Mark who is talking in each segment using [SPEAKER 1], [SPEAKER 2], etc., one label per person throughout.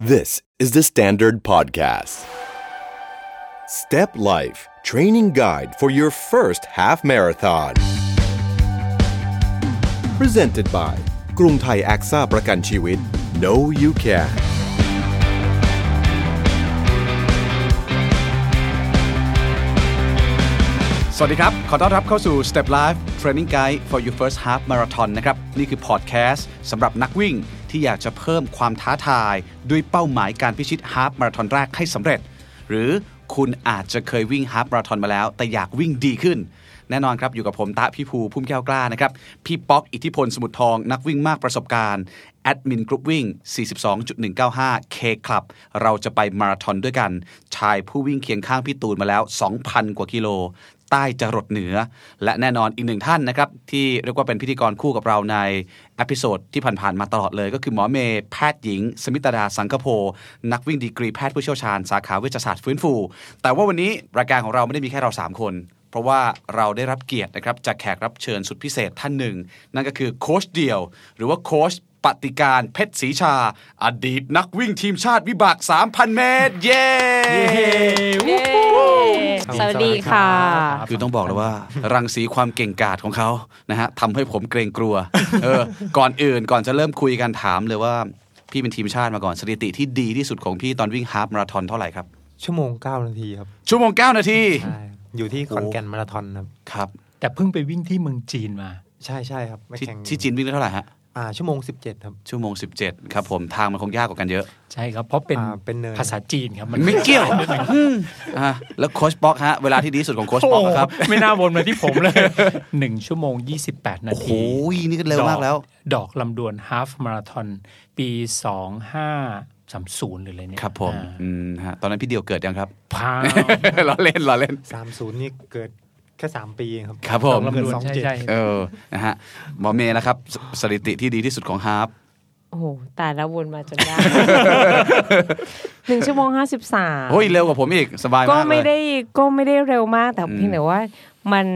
[SPEAKER 1] This is the Standard Podcast. Step Life Training Guide for your first half marathon. Presented by กรุงไทย a อ a ประกันชีวิต No You Can
[SPEAKER 2] สวัสดีครับ ขอต้อนรับเข้าสู่ Step Life Training Guide for your first half marathon นะครับ นี่คือพอดแคสต์สำหรับนักวิ่งที่อยากจะเพิ่มความท้าทาย ด้วยเป้าหมายการพิชิตฮาฟมาราธอนแรกให้สำเร็จ หรือคุณอาจจะเคยวิ่งฮาฟมาราธอนมาแล้ว แต่อยากวิ่งดีขึ้น แน่นอนครับ อยู่กับผมตะพี่ภูพุ่มแก้วกล้านะครับ พี่ป๊อกอิทธิพลสมุทรทอง นักวิ่งมากประสบการณ์ แอดมินกรุ๊ปวิ่ง 42.195 K Club เราจะไปมาราธอนด้วยกัน ชายผู้วิ่งเคียงข้างพี่ตูนมาแล้ว 2,000 กว่ากิโล ใต้จรดเหนือ และแน่นอนอีกหนึ่งท่านนะครับ ที่เรียกว่าเป็นพิธีกรคู่กับเราในอพิโซดที่ผ่านๆมาตลอดเลยก็คือหมอเมย์แพทย์หญิง สมิตดาสังคโพ นักวิ่งดีกรีแพทย์ผู้เชี่ยวชาญ สาขาเวชศาสตร์ฟื้นฟู แต่ว่าวันนี้รายการของเราไม่ได้มีแค่เรา 3 คน เพราะว่าเราได้รับเกียรตินะครับจากแขกรับเชิญสุดพิเศษท่านหนึ่ง นั่นก็คือโค้ชเดี่ยว หรือว่าโค้ชปฏิการเพชรศรีชา อดีตนักวิ่งทีมชาติวิบาก 3,000 เมตร เย้
[SPEAKER 3] เย้สวัสดีค่ะ
[SPEAKER 2] คือต้องบอกเลยว่า รังสีความเก่งกาจของเขานะฮะทำให้ผมเกรงกลัว เออ ก่อนอื่นก่อนจะเริ่มคุยกันถามเลยว่า พี่เป็นทีมชาติมาก่อนสถิติที่ดีที่สุดของพี่ตอนวิ่งฮาล์ฟมาราธอนเท่าไหร่ครับ
[SPEAKER 4] ชั่วโมง 9 นาทีครับ
[SPEAKER 2] ชั่วโมง 9 นาที
[SPEAKER 4] ใช่ครับอยู่ที่ขอนแก่นมาราธอนครับ
[SPEAKER 2] ครับ
[SPEAKER 5] แต่เพิ่งไปวิ่งที่เมืองจีนมา
[SPEAKER 4] ใช่ใช่ครับไม่
[SPEAKER 2] ที่
[SPEAKER 4] แข่ง
[SPEAKER 2] ที่จีนวิ่งได้เท่าไหร่ฮะ
[SPEAKER 4] อ่าชั่วโมง 17 ครับ
[SPEAKER 2] ชั่วโมง 17 ครับผมทางมันคงยากกว่ากันเยอะ
[SPEAKER 5] ใช่ครับ เพราะเป็น
[SPEAKER 4] อ่าเป็นเนิน
[SPEAKER 5] ภาษาจีนครับ
[SPEAKER 2] มันไม่เกี่ยวอืมอ่ะแล้วโค้ชบ็อกฮะ เวลาที่ดีที่สุดของโค้ช
[SPEAKER 5] โอ้
[SPEAKER 2] บ็อก
[SPEAKER 5] โห
[SPEAKER 2] ครับ
[SPEAKER 5] ไม่น่าวนมาที่ผมเลย 1 ชั่วโมง 28 นา
[SPEAKER 2] โอ้โห
[SPEAKER 5] ที
[SPEAKER 2] นี่ก็เร็วมากแล้ว
[SPEAKER 5] ดอกลำดวนฮาฟมาราทอนปี 2530 หรืออะไรเนี่ย
[SPEAKER 2] ครับผม
[SPEAKER 5] อ่า
[SPEAKER 2] อืมฮะตอนนั้นพี่เดียวเกิดยังครับ
[SPEAKER 5] พาว
[SPEAKER 2] ล้อเล่นล้อเล่น
[SPEAKER 4] 30 นี่เกิดแค่ 3 ปีเองครับ
[SPEAKER 2] ครับผม
[SPEAKER 4] เกิด
[SPEAKER 5] ลำดวนใช่ใช่
[SPEAKER 4] 27
[SPEAKER 2] เออ นะฮะ หมอเมย์นะครับสสถิติที่ดีที่สุดของฮาร์ป
[SPEAKER 3] โอ้โหแต่ละวนมาจนได้ หนึ่งชั่วโมงห้าสิบสาม
[SPEAKER 2] โอ้ย เร็วกว่าผมอีก สบาย
[SPEAKER 3] ก็
[SPEAKER 2] มาก
[SPEAKER 3] ไม่
[SPEAKER 2] เลย
[SPEAKER 3] ได้ก็ไม่ได้เร็วมากแต่เพียงแต่ว่ามัน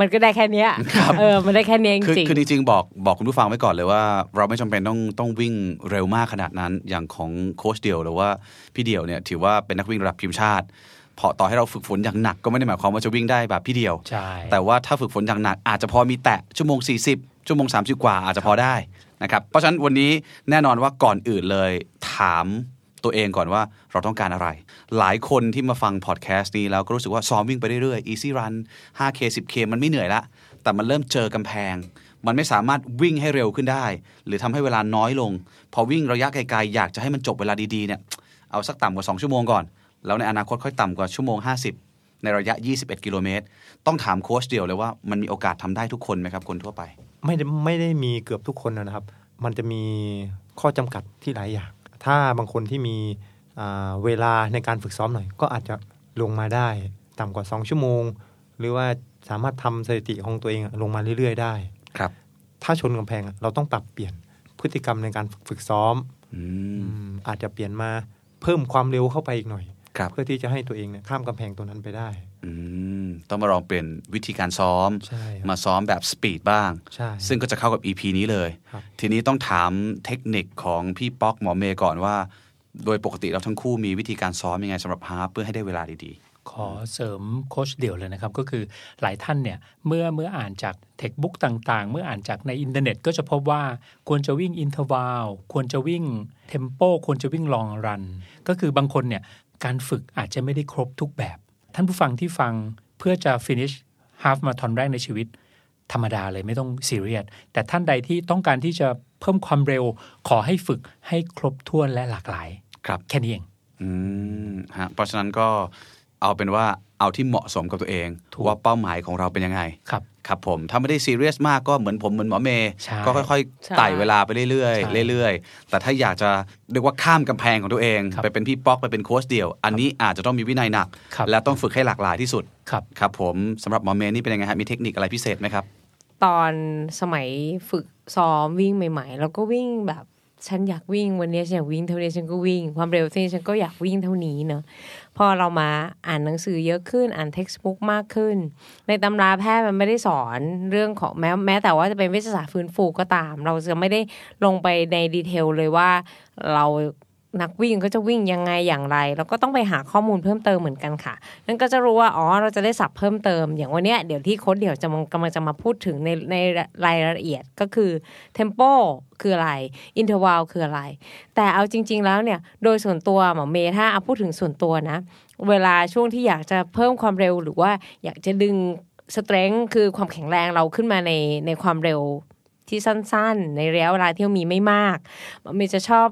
[SPEAKER 3] มันก็ได้แค่เนี้ยเออ มันได้แค่เนี้ยจ
[SPEAKER 2] คือ
[SPEAKER 3] ริง
[SPEAKER 2] คือจริง ๆ บอกบอกคุณผู้ฟังไว้ก่อนเลยว่า เราไม่จำเป็นต้องต้องวิ่งเร็วมากขนาดนั้นอย่างของโค้ชเดียวหรือว่าพี่เดียวเนี่ยถือว่าเป็นนักวิ่งระดับทีมชาติพอต่อให้เราฝึกฝนอย่างหนักก็ไม่ได้หมายความว่าจะวิ่งได้แบบพี่เดียว
[SPEAKER 5] ใช่
[SPEAKER 2] แต่ว่าถ้าฝึกฝนอย่างหนักอาจจะพอมีแตะชั่วโมง 40 ชั่วโมง 30 กว่าอาจจะพอได้นะครับเพราะฉะนั้นวันนี้แน่นอนว่าก่อนอื่นเลยถามตัวเองก่อนว่าเราต้องการอะไร หลายคนที่มาฟังพอดแคสต์นี้แล้วก็รู้สึกว่าซ้อมวิ่งไปเรื่อยๆ easy run 5k 10k มันไม่เหนื่อยละ แต่มันเริ่มเจอกำแพง มันไม่สามารถวิ่งให้เร็วขึ้นได้ หรือทำให้เวลาน้อยลง พอวิ่งระยะไกลๆอยากจะให้มันจบเวลาดีๆเนี่ยเอาสักต่ำกว่า 2 ชั่วโมงก่อน แล้วในอนาคตค่อยต่ำกว่าชั่วโมง 50 ในระยะ 21 กิโลเมตร ต้องถามโค้ชเดียวเลยว่ามันมีโอกาสทำได้ทุกคนไหมครับคนทั่วไป
[SPEAKER 4] ไม่ได้ไม่ได้มีเกือบทุกคนนะครับ มันจะมีข้อจำกัดที่หลายอย่าง ถ้าบางคนที่มีอ่าเวลาในการฝึกซ้อมหน่อย ก็อาจจะลงมาได้ ต่ำกว่า 2 ชั่วโมง หรือว่าสามารถทำสถิติของตัวเองลงมาเรื่อยๆได้
[SPEAKER 2] ครับ
[SPEAKER 4] ถ้าชนกำแพงอะเราต้องปรับเปลี่ยนพฤติกรรมในการฝึกซ้อม
[SPEAKER 2] อืม
[SPEAKER 4] อืมอาจจะเปลี่ยนมาเพิ่มความเร็วเข้าไปอีกหน่อย
[SPEAKER 2] ครับ
[SPEAKER 4] เพื่อที่จะให้ตัวเองเนี่ยข้ามกำแพงตัวนั้นไปได้
[SPEAKER 2] อืม ต้องมาลองเปลี่ยนวิธีการซ้อม
[SPEAKER 4] ใช่ครับ
[SPEAKER 2] มาซ้อมแบบสปีดบ้าง
[SPEAKER 4] ใช่
[SPEAKER 2] ซึ่งก็จะเข้ากับ EP นี้เลย
[SPEAKER 4] ครับ
[SPEAKER 2] ทีนี้ต้องถามเทคนิคของพี่ป๊อกหมอเมย์ก่อนว่า โดยปกติเราทั้งคู่มีวิธีการซ้อมยังไงสำหรับฮาร์ปเพื่อให้ได้เวลาดี
[SPEAKER 5] ขอเสริมโค้ชเดี่ยวเลยนะครับ ก็คือหลายท่านเนี่ยเมื่อเมื่ออ่านจากเทคบุ๊กต่างๆ เมื่ออ่านจากในอินเทอร์เน็ตก็จะพบว่าควรจะวิ่งอินเทอร์วลควรจะวิ่งเทมโปควรจะวิ่งลองรัน ก็คือบางคนเนี่ยการฝึกอาจจะไม่ได้ครบทุกแบบ ท่านผู้ฟังที่ฟังเพื่อจะฟินิชฮาฟมาทอนแรกในชีวิต ธรรมดาเลยไม่ต้องซีเรียสแต่ท่านใดที่ต้องการที่จะเพิ่มความเร็ว ขอให้ฝึกให้ครบถ้วนและหลากหลาย
[SPEAKER 2] ๆ ครับ
[SPEAKER 5] แค่นี้เอง
[SPEAKER 2] อืมฮะเพราะฉะนั้นก็เอาเป็นว่าเอาที่เหมาะสมกับตัวเอง
[SPEAKER 5] ถูก
[SPEAKER 2] ว่าเป้าหมายของเราเป็นยังไง
[SPEAKER 5] ครับ
[SPEAKER 2] ครับผม ถ้าไม่ได้ซีเรียสมากก็เหมือนผมเหมือนหมอเมย์
[SPEAKER 5] ใช่
[SPEAKER 2] ก็ค่อย
[SPEAKER 3] ใช่
[SPEAKER 2] ๆไต่เวลาไปเรื่อ
[SPEAKER 5] ใช่
[SPEAKER 2] ยๆเรื่อยๆ แต่ถ้าอยากจะเรียกว่าข้ามกำแพงของตัวเอง
[SPEAKER 5] ครับ
[SPEAKER 2] ไปเป็นพี่ป๊อกไปเป็นโค้ชเดี่ยว อันนี้อาจจะต้องมีวินัยหนัก
[SPEAKER 5] ครับ
[SPEAKER 2] และต้องฝึกให้หลากหลายที่สุด
[SPEAKER 5] ครับ
[SPEAKER 2] ครับผมสำหรับหมอเมย์นี่เป็นยังไงฮะมีเทคนิคอะไรพิเศษไหมครับ
[SPEAKER 3] ๆ ตอนสมัยฝึกซ้อมวิ่งใหม่ ๆ แล้วก็วิ่งแบบฉันอยากวิ่งวันนี้ฉันอยากวิ่งเท่านี้ฉันก็วิ่ง ความเร็วเท่านี้ฉันก็อยากวิ่งเท่านี้เนอะพอเรามาอ่านหนังสือเยอะขึ้นอ่านเท็กซ์บุ๊กมากขึ้น ในตำราแพทย์มันไม่ได้สอนเรื่องของแม้แม้แต่ว่าจะเป็นเวชศาสตร์ฟื้นฟูก็ตาม เราจะไม่ได้ลงไปในดีเทลเลยว่าเรา นักวิ่งก็จะวิ่งยังไงอย่างไร แล้วก็ต้องไปหาข้อมูลเพิ่มเติมเหมือนกันค่ะ นั่นก็จะรู้ว่าอ๋อเราจะได้สับเพิ่มเติม อย่างวันเนี้ยเดี๋ยวที่โค้ดเดี๋ยวจะมากำลังจะมาพูดถึงในในรายละเอียดก็คือเทมโปคืออะไรอินเทอร์วลคืออะไร แต่เอาจริง ๆ แล้วเนี่ยโดยส่วนตัวหมอเมย์ถ้าเอาพูดถึงส่วนตัวนะ เวลาช่วงที่อยากจะเพิ่มความเร็วหรือว่าอยากจะดึงสเตรงคือความแข็งแรงเราขึ้นมาในในความเร็วที่สั้นๆ ในระยะเวลาที่มีไม่มากหมอเมย์จะชอบ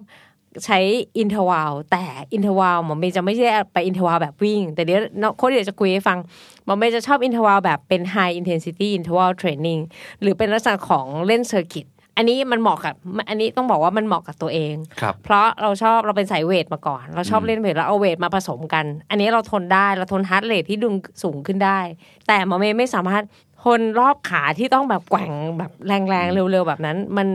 [SPEAKER 3] ใช้อินเทอร์วลแต่อินเทอร์วลหมอเมย์จะไม่ได้ไปอินเทอร์วลแบบวิ่ง แต่เดี๋ยวน้องโค้ชเดี๋ยวจะคุยให้ฟังหมอเมย์จะชอบอินเทอร์วลแบบเป็น high intensity interval training หรือเป็นลักษณะของเล่นเซอร์กิตอันนี้มันเหมาะกับอันนี้ต้องบอกว่ามันเหมาะกับตัวเอง
[SPEAKER 2] ครับ
[SPEAKER 3] เพราะเราชอบเราเป็นสายเวทมาก่อน เราชอบเล่นเวทแล้วเอาเวทมาผสมกัน อันนี้เราทนได้เราทนฮาร์ดเรทที่ดึงสูงขึ้นได้ แต่หมอเมย์ไม่สามารถทนรอบขาที่ต้องแบบแกว่งแบบแรงๆ เร็วๆ แบบนั้น มัน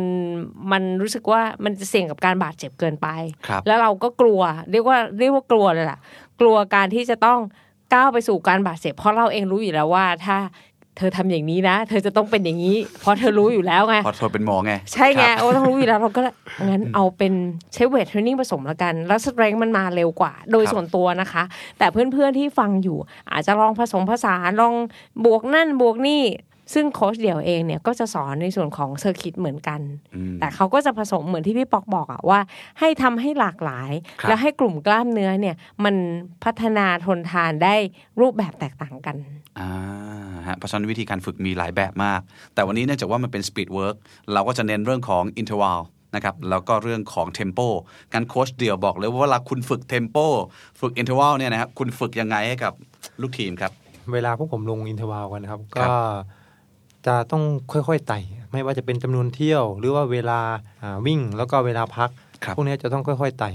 [SPEAKER 3] มันรู้สึกว่ามันจะเสี่ยงกับการบาดเจ็บเกินไป
[SPEAKER 2] ครับ
[SPEAKER 3] แล้วเราก็กลัวเรียกว่าเรียกว่ากลัวเลยล่ะ กลัวการที่จะต้องก้าวไปสู่การบาดเจ็บ เพราะเราเองรู้อยู่แล้วว่าถ้าเธอทำอย่างนี้นะ เธอจะต้องเป็นอย่างนี้ เพราะเธอรู้อยู่แล้วไง
[SPEAKER 2] พอทนเป็นหมอไง
[SPEAKER 3] ใช่ไง
[SPEAKER 2] ครับ
[SPEAKER 3] โอ้ต้องรู้อยู่แล้วเราก็เลยงั้นเอาเป็นใช้เวทเทรนนิ่งผสมแล้วกัน แล้วสเตรงมันมาเร็วกว่า โดยส่วนตัวนะคะ แต่เพื่อนๆที่ฟังอยู่ อาจจะลองผสมผสานลองบวกนั่นบวกนี่ ซึ่งโค้ชเดี่ยวเองเนี่ยก็จะสอนในส่วนของเซอร์กิตเหมือนกัน
[SPEAKER 2] อืม
[SPEAKER 3] แต่เขาก็จะผสมเหมือนที่พี่ปอกบอกอะว่า ให้ทำให้หลากหลาย
[SPEAKER 2] ครับ
[SPEAKER 3] แล้วให้กลุ่มกล้ามเนื้อเนี่ยมันพัฒนาทนทานได้รูปแบบแตกต่างกัน
[SPEAKER 2] อ่าฮะเพราะฉะนั้นวิธีการฝึกมีหลายแบบมาก แต่วันนี้เนื่องจากว่ามันเป็นสปีดเวิร์กเราก็จะเน้นเรื่องของอินเทอร์วลนะครับแล้วก็เรื่องของเทมโปการโค้ชเดี่ยวบอกเลยว่าเวลาคุณฝึกเทมโปฝึกอินเทอร์วลเนี่ยนะครับคุณฝึกยังไงให้กับลูกทีมครับ
[SPEAKER 4] เวลาพวกผมลงอินเทอร์วาลกันนะครับ
[SPEAKER 2] ครั
[SPEAKER 4] ก็
[SPEAKER 2] บ
[SPEAKER 4] จะต้องค่อยๆไต่ ไม่ว่าจะเป็นจำนวนเที่ยว หรือว่าเวลาอ่าวิ่งแล้วก็เวลาพัก พวกเนี้ยจะต้องค่อยๆไต่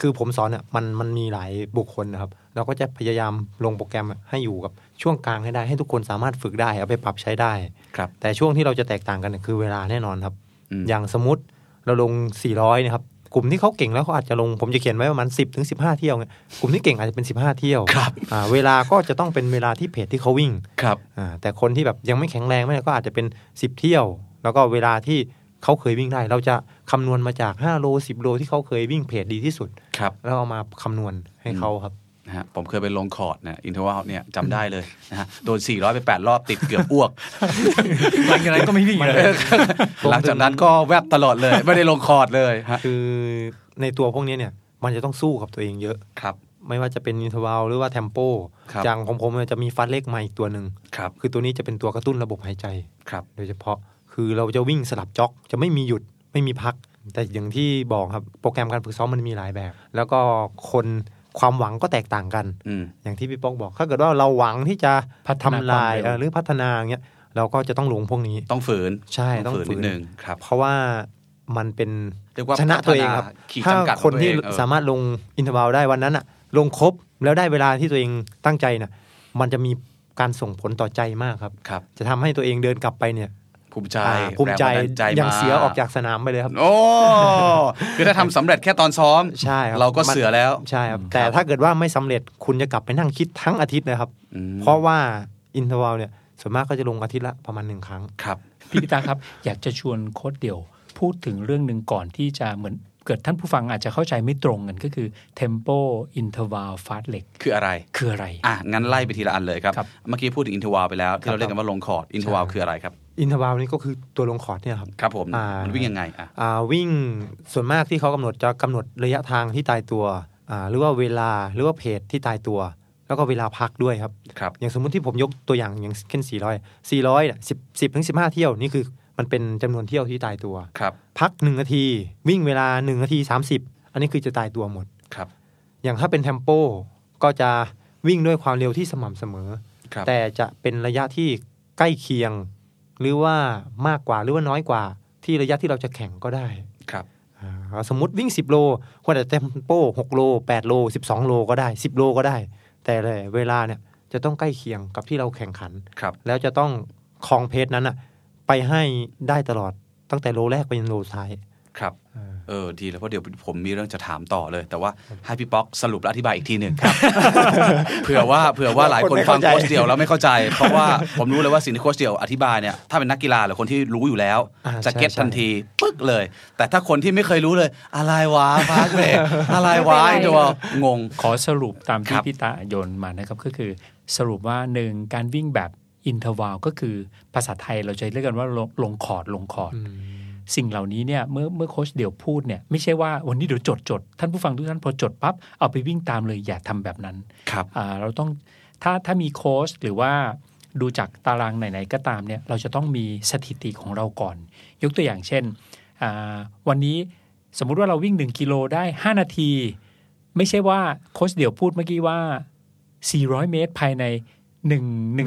[SPEAKER 4] คือผมสอนเนี่ยมันมันมีหลายบุคคลนะครับ เราก็จะพยายามลงโปรแกรมให้อยู่กับช่วงกลางให้ได้ ให้ทุกคนสามารถฝึกได้เอาไปปรับใช้ได้
[SPEAKER 2] ครับ
[SPEAKER 4] แต่ช่วงที่เราจะแตกต่างกันเนยคือเวลาแน่นอนครับ
[SPEAKER 2] อืม
[SPEAKER 4] อย่างสมมติเราลง 400นะครับ กลุ่มที่เขาเก่งแล้วเขาอาจจะลง ผมจะเขียนไว้ประมาณ 10ถึง15 เที่ยวไงกลุ่มที่เก่งอาจจะเป็น 15 เที่ยว
[SPEAKER 2] ครับ
[SPEAKER 4] อ่าเวลาก็จะต้องเป็นเวลาที่เพจที่เขาวิ่ง
[SPEAKER 2] ครับ
[SPEAKER 4] อ่าแต่คนที่แบบยังไม่แข็งแรงไม่อะไรก็อาจจะเป็น 10 เที่ยว แล้วก็เวลาที่เขาเคยวิ่งได้ เราจะคำนวณมาจาก 5 โล 10 โลที่เขาเคยวิ่งเพจดีที่สุด
[SPEAKER 2] ครับ
[SPEAKER 4] แล้วเอามาคำนวณให้เขาครับ
[SPEAKER 2] นะฮะผมเคยไปลงคอร์ดนะอินเทอร์วัลเนี่ยจำได้ เลยนะฮะโดน 400 ไป 8 รอบติดเกือบอ้วก
[SPEAKER 5] หลังจากนั้นก็ไม่วิ่งเลย
[SPEAKER 2] หลังจากนั้นก็แวบตลอดเลย ไม่ได้ลงคอร์ดเลยฮะ
[SPEAKER 4] คือในตัวพวกเนี้ยเนี่ยมันจะต้องสู้กับตัวเองเยอะ
[SPEAKER 2] ครับ
[SPEAKER 4] ไม่ว่าจะเป็นอินทวาลหรือว่าเทมโป
[SPEAKER 2] ครับ
[SPEAKER 4] อย่างของผมเนี่ยจะมีฟัสเล็กมาอีกตัวหนึ่ง
[SPEAKER 2] ครับ
[SPEAKER 4] คือตัวนี้จะเป็นตัวกระตุ้นระบบหายใจ
[SPEAKER 2] ครับ
[SPEAKER 4] โดยเฉพาะคือเราจะวิ่งสลับจ็อกจะไม่มีหยุดไม่มีพัก แต่อย่างที่บอกครับโปรแกรมการฝึกซ้อมมันมีหลายแบบ แล้วก็คนความหวังก็แตกต่างกัน
[SPEAKER 2] อืม
[SPEAKER 4] อย่างที่พี่ป้องบอก ถ้าเกิดว่าเราหวังที่จะ
[SPEAKER 5] พัฒนาความ
[SPEAKER 4] ทำลาย
[SPEAKER 5] เร็ว
[SPEAKER 4] เอ่อหรือพัฒนาอย่างเงี้ยเราก็จะต้องลงพวกนี้
[SPEAKER 2] ต้องฝืน
[SPEAKER 4] ใช่
[SPEAKER 2] ต้องฝืน
[SPEAKER 4] ต้องฝืน
[SPEAKER 2] นิดนึงครับ
[SPEAKER 4] เพราะว่ามันเป็น
[SPEAKER 2] เรียกว่า
[SPEAKER 4] ชนะตัวเองครับ
[SPEAKER 2] พัฒนาขีด
[SPEAKER 4] ถ้า
[SPEAKER 2] จำกัดของ
[SPEAKER 4] คนที่
[SPEAKER 2] ตัวเองเออ
[SPEAKER 4] สามารถลงอินเทอร์วลได้วันนั้นอะลงครบแล้วได้เวลาที่ตัวเองตั้งใจน่ะมันจะมีการส่งผลต่อใจมากครับ
[SPEAKER 2] ครับ
[SPEAKER 4] จะทำให้ตัวเองเดินกลับไปเนี่ย
[SPEAKER 2] ภูมิใจ
[SPEAKER 4] อ่าภูมิใจ
[SPEAKER 2] แรงบันดาลใจ
[SPEAKER 4] อยัง
[SPEAKER 2] มา
[SPEAKER 4] เสือออกจากสนามไปเลยครับ
[SPEAKER 2] โอ้คือถ้าทำสำเร็จแค่ตอนซ้อม
[SPEAKER 4] ใช่ครับ
[SPEAKER 2] เราก็
[SPEAKER 4] มัน
[SPEAKER 2] เสือแล้ว
[SPEAKER 4] ใช่ครับ แต่ถ้าเกิดว่าไม่สำเร็จคุณจะกลับไปนั่งคิดทั้งอาทิตย์นะครับ
[SPEAKER 2] อืม
[SPEAKER 4] เพราะว่าอินเทอร์วลเนี่ยส่วนมากก็จะลงอาทิตย์ละประมาณหนึ่งครั้ง
[SPEAKER 2] ครับ
[SPEAKER 5] พี่กิตาครับ อยากจะชวนโค้ดเดี่ยวพูดถึงเรื่องหนึ่งก่อนที่จะเหมือนเกิดท่านผู้ฟังอาจจะเข้าใจไม่ตรงกันก็คือ tempo interval fast leg
[SPEAKER 2] คืออะไร
[SPEAKER 5] คืออะไร
[SPEAKER 2] อ่ะ งั้นไล่ไปทีละอันเลยครับ
[SPEAKER 5] ครับ
[SPEAKER 2] เมื่อกี้พูดถึงอินทวาไปแล้ว ที่เราเรียกกันว่าลงคอร์ดอินทวาคืออะไรครับ
[SPEAKER 4] อินเทอร์วลนี่ก็คือตัวลงคอร์ดเนี่ยครับ
[SPEAKER 2] ครับผม
[SPEAKER 4] อ่ามั
[SPEAKER 2] มันวิ่งยังไงอ่ะ
[SPEAKER 4] อ่าวิ่งส่วนมากที่เขากำหนดจะกำหนดระยะทางที่ตายตัวอ่าหรือว่าเวลาหรือว่าเพจที่ตายตัว แล้วก็เวลาพักด้วยครับ
[SPEAKER 2] ครับ
[SPEAKER 4] อย่างสมมุติที่ผมยกตัวอย่างอย่างเช่น 400 400เนี่ย10 10ถึง15 เที่ยวนี่คือมันเป็นจำนวนเที่ยวที่ตายตัว
[SPEAKER 2] ครับ
[SPEAKER 4] พัก 1 นาที วิ่งเวลา 1 นาที 30 อันนี้คือจะตายตัวหมด
[SPEAKER 2] ครับ
[SPEAKER 4] อย่างถ้าเป็นเทมโปก็จะวิ่งด้วยความเร็วที่สม่ำเสมอ
[SPEAKER 2] ครับ
[SPEAKER 4] แต่จะเป็นระยะที่ใกล้เคียง หรือว่ามากกว่าหรือว่าน้อยกว่า ที่ระยะที่เราจะแข่งก็ได้
[SPEAKER 2] ครับ
[SPEAKER 4] อ่าสมมติวิ่ง 10 โลควรจะเทมโป 6 โล 8 โล 12 โลก็ได้ 10 โลก็ได้ แต่เวลาเนี่ยจะต้องใกล้เคียงกับที่เราแข่งขัน
[SPEAKER 2] ครับ
[SPEAKER 4] แล้วจะต้องคลองเพจนั้นอะไปให้ได้ตลอดตั้งแต่โลแรกไปจนโลสุดท้าย
[SPEAKER 2] ครับ
[SPEAKER 4] อ่า
[SPEAKER 2] เออดีแล้วเพราะเดี๋ยวผมมีเรื่องจะถามต่อเลย แต่ว่าให้พี่ป๊อกสรุปและอธิบายอีกทีหนึ่งครับ เผื่อว่าเผื่อว่าหลายคน
[SPEAKER 4] คนไม่
[SPEAKER 2] ฟัง
[SPEAKER 4] เข้าใจ
[SPEAKER 2] โค้ชเดียวแล้วไม่เข้าใจ เพราะว่าผมรู้เลยว่าสิ่งที่โค้ชเดียวอธิบายเนี่ยถ้าเป็นนักกีฬาหรือคนที่รู้อยู่แล้ว
[SPEAKER 4] อ่า
[SPEAKER 2] จะ
[SPEAKER 4] ใช่
[SPEAKER 2] เก็ต
[SPEAKER 4] ใช่
[SPEAKER 2] ทันทีปึ๊กเลย แต่ถ้าคนที่ไม่เคยรู้เลย อะไรวะพาร์คเบรกอะไรวะ
[SPEAKER 3] ไม่เป็นไร
[SPEAKER 2] เดี๋ยวงง
[SPEAKER 5] ขอสรุปตาม
[SPEAKER 2] ค
[SPEAKER 5] ที่
[SPEAKER 2] รับ
[SPEAKER 5] พี่ตาโยนมานะครับก็คือสรุปว่าหนึ่งการวิ่งแบบอินเทอร์วาลก็คือภาษาไทยเราจะเรียกกันว่าลงลงคอร์ดลงคอร์ด สิ่งเหล่านี้เนี่ยเมื่อเมื่อโค้ชเดี่ยวพูดเนี่ยไม่ใช่ว่าวันนี้เดี๋ยวจดจดท่านผู้ฟังทุกท่านพอจดปั๊บเอาไปวิ่งตามเลยอย่าทำแบบนั้น
[SPEAKER 2] ครับ
[SPEAKER 5] อ่าเราต้องถ้าถ้ามีโค้ชหรือว่าดูจากตารางไหน ๆ ก็ตามเนี่ยเราจะต้องมีสถิติของเราก่อน ยกตัวอย่างเช่นอ่าวันนี้สมมุติว่าเราวิ่ง 1 กิโลได้ 5 นาที ไม่ใช่ว่าโค้ชเดี่ยวพูดเมื่อกี้ว่า 400 เมตรภายใน1ง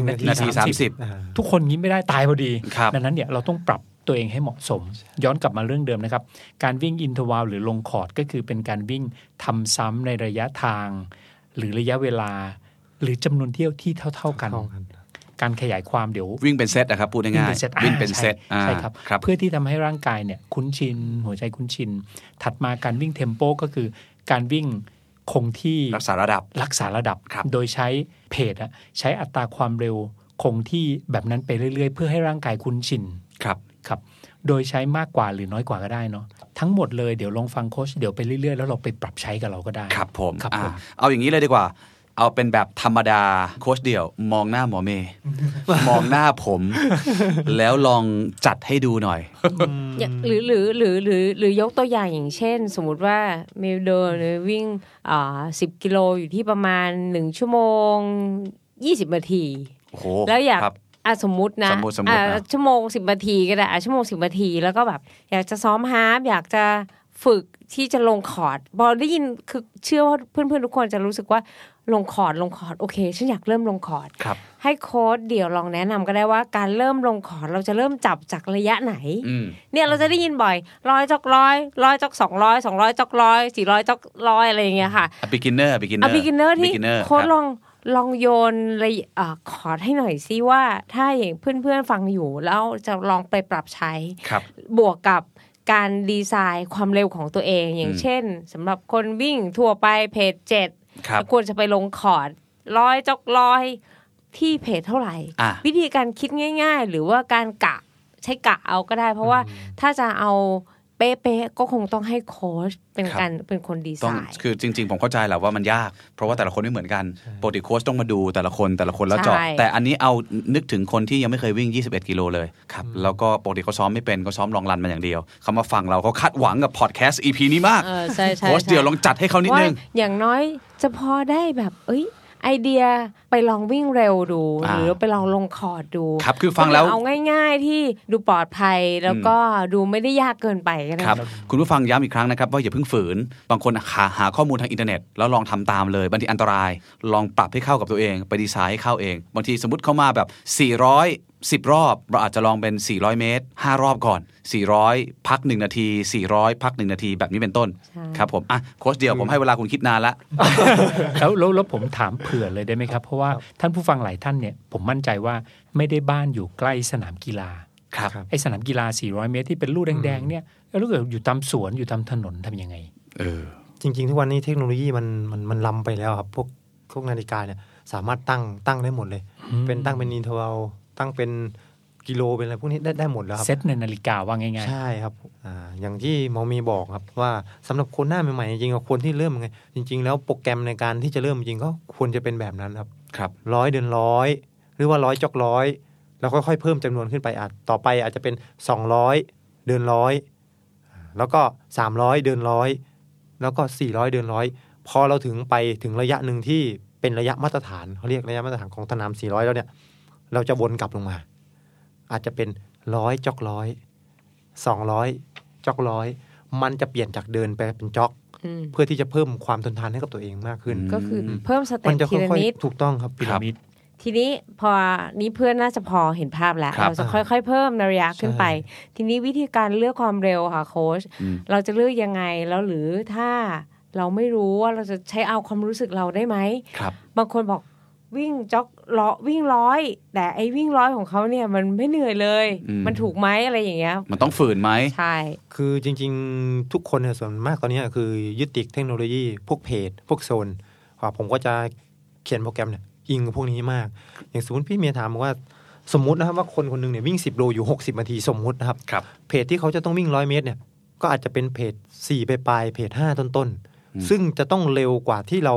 [SPEAKER 5] นาที
[SPEAKER 2] นาทีสามสิบ
[SPEAKER 5] 30
[SPEAKER 4] อ่า
[SPEAKER 5] ทุกคนงี้ไม่ได้ตายพอดี
[SPEAKER 2] ครับ
[SPEAKER 5] ดังนั้นเนี่ยเราต้องปรับตัวเองให้เหมาะสม ย้อนกลับมาเรื่องเดิมนะครับ การวิ่งอินทวาลหรือลงคอร์ดก็คือเป็นการวิ่งทำซ้ำในระยะทาง หรือระยะเวลา หรือจำนวนเที่ยวที่เท่า ๆกัน
[SPEAKER 4] เท่ากัน
[SPEAKER 5] การขยายความเดี๋ยว
[SPEAKER 2] วิ่งเป็นเซตนะครับพูดง่ายๆวิ่งเป็นเซต
[SPEAKER 5] อ่าใช่ใช่
[SPEAKER 2] อ่า
[SPEAKER 5] ครับ
[SPEAKER 2] ครับ
[SPEAKER 5] เพื่อที่ทำให้ร่างกายเนี่ยคุ้นชิน หัวใจคุ้นชิน ถัดมาการวิ่งเทมโปก็คือ การวิ่งคงที่
[SPEAKER 2] รักษาระดับ
[SPEAKER 5] รักษาระดับ
[SPEAKER 2] ครับ
[SPEAKER 5] โดยใช้เพจอะใช้อัตราความเร็วคงที่แบบนั้นไปเรื่อยๆ เพื่อให้ร่างกายคุ้นชิน
[SPEAKER 2] ครับ
[SPEAKER 5] ครับ โดยใช้มากกว่าหรือน้อยกว่าก็ได้เนาะทั้งหมดเลยเดี๋ยวลองฟังโค้ชเดี๋ยวไปเรื่อยๆ แล้วเราไปปรับใช้กับเราก็ได้
[SPEAKER 2] ครับผม
[SPEAKER 5] ครับ
[SPEAKER 2] อ่า
[SPEAKER 5] ผม
[SPEAKER 2] เอาอย่างนี้เลยดีกว่า เอาเป็นแบบธรรมดาโค้ชเดี่ยว มองหน้าหมอเม ย์ มองหน้าผม แล้วลองจัดให้ดูหน่อย
[SPEAKER 3] อย่าหรือหรือหรือหรือหรือยกตัวอย่างอย่างเช่น สมมติว่าเมลเดินหรือวิ่งอ่าสิบกิโลอยู่ที่ประมาณหนึ่งชั่วโมงยี่สิบนาที
[SPEAKER 2] โอ้โห
[SPEAKER 3] แล้วอยาก
[SPEAKER 2] ครับ
[SPEAKER 3] อ่ะสมมตินะ
[SPEAKER 2] สมมุติสมมุติ
[SPEAKER 3] อ่ะ
[SPEAKER 2] นะ
[SPEAKER 3] ชั่วโมงสิบนาทีก็ได้อ่ะชั่วโมงสิบนาทีแล้วก็แบบ อยากจะซ้อมฮาร์ปอยากจะฝึกที่จะลงคอร์ดบอลได้ยินคือเชื่อว่าเพื่อนๆทุกคนจะรู้สึกว่าลงคอร์ดลงคอร์ดโอเคฉันอยากเริ่มลงคอร์ด
[SPEAKER 2] ครับ
[SPEAKER 3] ให้โค้ดเดี๋ยวลองแนะนำก็ได้ว่าการเริ่มลงคอร์ดเราจะเริ่มจับจากระยะไหน
[SPEAKER 2] อืม
[SPEAKER 3] เนี่ยเราจะได้ยินบ่อยร้อยจอกร้อยร้อยจอกสองร้อยสองร้อยจอกร้อยสี่ร้อยจอกร้อยอะไรอย่างเงี้ยค่ะ
[SPEAKER 2] a beginner beginner
[SPEAKER 3] เอาบิกินเนอร์ที่
[SPEAKER 2] beginner
[SPEAKER 3] โค้ด
[SPEAKER 2] รับ
[SPEAKER 3] ลองลองโยนเลยเอ่อคอร์ดให้หน่อยซิว่าถ้าอย่างเพื่อนๆฟังอยู่ แล้วจะลองไปปรับใช้
[SPEAKER 2] ครับ
[SPEAKER 3] บวกกับการดีไซน์ความเร็วของตัวเอง อย่าง
[SPEAKER 2] อืม
[SPEAKER 3] เช่นสำหรับคนวิ่งทั่วไปเพจเจ็ด
[SPEAKER 2] ครับ
[SPEAKER 3] ควรจะไปลงคอร์ดร้อยจอกร้อยที่เพจเท่าไหร่
[SPEAKER 2] อ่ะ
[SPEAKER 3] วิธีการคิดง่าย ๆ หรือว่าการกะใช้กะเอาก็ได้ เพราะว่าถ้าจะเอาเป๊ะๆก็คงต้องให้โค้ชเป็น
[SPEAKER 2] ครับ
[SPEAKER 3] การเป็นคนดีไซ
[SPEAKER 2] ต้อง
[SPEAKER 3] น์
[SPEAKER 2] คือจริง ๆ ผมเข้าใจแหละว่ามันยาก เพราะว่าแต่ละคนไม่เหมือนกันปกติโค้ชต้องมาดูแต่ละคนแต่ละคนแล้วเจาะ
[SPEAKER 3] ใช่
[SPEAKER 2] แต่อันนี้เอานึกถึงคนที่ยังไม่เคยวิ่ง 21 กิโลเลยครับแล้วก็ปกติเขาซ้อมไม่เป็นเขาซ้อมลองรันมาอย่างเดียวเขามาฟังเราเขาคาดหวังกับพอดแคสต์ EP นี้มาก
[SPEAKER 3] เออใช่ใช่
[SPEAKER 2] โค้ช
[SPEAKER 3] ใช่
[SPEAKER 2] เดียวลองจัดให้เขานิดนึง
[SPEAKER 3] ว่าอย่างน้อยจะพอได้แบบ เอ้ย ไอเดียไปลองวิ่งเร็วดู
[SPEAKER 2] อ่า
[SPEAKER 3] หรือไปลองลงคอร์ดดู
[SPEAKER 2] ครับคือฟังแล้ว
[SPEAKER 3] ก็เอาง่ายๆที่ดูปลอดภัยแล้วก็ดูไม่ได้ยากเกินไปก็ได้
[SPEAKER 2] ครับคุณผู้ฟังย้ำอีกครั้งนะครับว่าอย่าเพิ่งฝืน บางคนหาหาข้อมูลทางอินเทอร์เน็ตแล้วลองทำตามเลยบางทีอันตราย ลองปรับให้เข้ากับตัวเอง ไปดีไซน์ให้เข้าเอง บางทีสมมติเข้ามาแบบ 400 10 รอบ เราอาจจะลองเป็น 400 เมตร 5 รอบก่อน 400 พัก 1 นาที 400 พัก 1 นาทีแบบนี้เป็นต้น ครับผม อ่ะ โค้ชเดียวผมให้เวลาคุณคิดนานละ
[SPEAKER 5] แล้วแล้วแล้วผมถามเผื่อเลยได้ไหมครับ เพราะว่าท่านผู้ฟังหลายท่านเนี่ยผมมั่นใจว่าไม่ได้บ้านอยู่ใกล้สนามกีฬา
[SPEAKER 2] ครับ
[SPEAKER 4] ครับ
[SPEAKER 5] ไอสนามกีฬา 400 เมตรที่เป็นลู่แดงๆเนี่ยแล้วถ้าเกิดอยู่ตามสวนอยู่ตามถนนทำยังไง
[SPEAKER 2] เออ
[SPEAKER 4] จริงๆ ทุกวันนี้เทคโนโลยีมันมันมันล้ำไปแล้วครับ พวกพวกนาฬิกาเนี่ยสามารถตั้งตั้งได้หมดเลย
[SPEAKER 5] อืม
[SPEAKER 4] เป็นตั้งเป็นอินเทอร์วลตั้งเป็นกิโลเป็นอะไรพวกนี้ได้ได้หมดแล้วครับ
[SPEAKER 5] เซตในนาฬิกาว่าง่าย
[SPEAKER 4] ใช่ครับอ่าอย่างที่หมอมีบอกครับว่าสำหรับคนหน้าใหม่ๆจริงๆกับคนที่เริ่มไงจริง ๆ แล้วโปรแกรมในการที่จะเริ่มจริงก็ควรจะเป็นแบบนั้นครับ
[SPEAKER 2] ครับ
[SPEAKER 4] ร้อยเดือนร้อยหรือว่าร้อยจอกร้อยแล้วค่อยๆเพิ่มจำนวนขึ้นไปอาจต่อไปอาจจะเป็น 200 เดือนร้อยแล้วก็ 300 เดือนร้อยแล้วก็ 400 เดือนร้อยพอเราถึงไปถึงระยะหนึ่งที่เป็นระยะมาตรฐานเขาเรียกระยะมาตรฐานของสนาม400 แล้วเนี่ย เราจะวนกลับลงมา อาจจะเป็นร้อยจอกร้อย สองร้อยจอกร้อย มันจะเปลี่ยนจากเดินไปเป็นจ็อก
[SPEAKER 3] อืม
[SPEAKER 4] เพื่อที่จะเพิ่มความทนทานให้กับตัวเองมากขึ้น
[SPEAKER 2] อืม
[SPEAKER 3] ก็คือเพิ่มสเต็
[SPEAKER 4] มั
[SPEAKER 3] ป
[SPEAKER 4] จะ
[SPEAKER 3] ที
[SPEAKER 4] ค่
[SPEAKER 3] ละ
[SPEAKER 4] อย
[SPEAKER 3] นิด
[SPEAKER 4] ๆถูกต้องครับ
[SPEAKER 5] พีระมิด
[SPEAKER 3] ทีนี้พอนี้เพื่อนน่าจะพอเห็นภาพแล้ว
[SPEAKER 2] ครับ
[SPEAKER 3] เราจะค่อยๆเพิ่มระยะขึ้นไป ทีนี้วิธีการเลือกความเร็วค่ะโค้ช
[SPEAKER 2] อืม
[SPEAKER 3] เราจะเลือกยังไงแล้วหรือถ้าเราไม่รู้ว่าเราจะใช้เอาความรู้สึกเราได้ไหม
[SPEAKER 2] ครับ
[SPEAKER 3] บางคนบอก วิ่งจ็อกล้อวิ่งร้อย แต่ไอ้วิ่งร้อยของเขาเนี่ยมันไม่เหนื่อยเลย
[SPEAKER 2] อืม
[SPEAKER 3] มันถูกไหมอะไรอย่างเงี้ย
[SPEAKER 2] มันต้องฝืนไหม
[SPEAKER 3] ใช่
[SPEAKER 4] คือจริงๆทุกคนเนี่ยส่วนมากตอนเนี้ยคือยึดติดเทคโนโลยี พวกเพจ พวกโซนอ่าผมก็จะเขียนโปรแกรมเนี่ยอิงกับพวกนี้มาก อย่างสมมติพี่เมียถามบอกว่าสมมตินะครับว่าคนคนหนึ่งเนี่ยวิ่ง 10 โลอยู่ 60นาทีสมมตินะครับ
[SPEAKER 2] ครับ
[SPEAKER 4] เพจที่เขาจะต้องวิ่ง 100 เมตรเนี่ยก็อาจจะเป็นเพจ 4 ไปปลายๆเพจ 5 ต้นต้นๆ
[SPEAKER 2] อืม
[SPEAKER 4] ซึ่งจะต้องเร็วกว่าที่เรา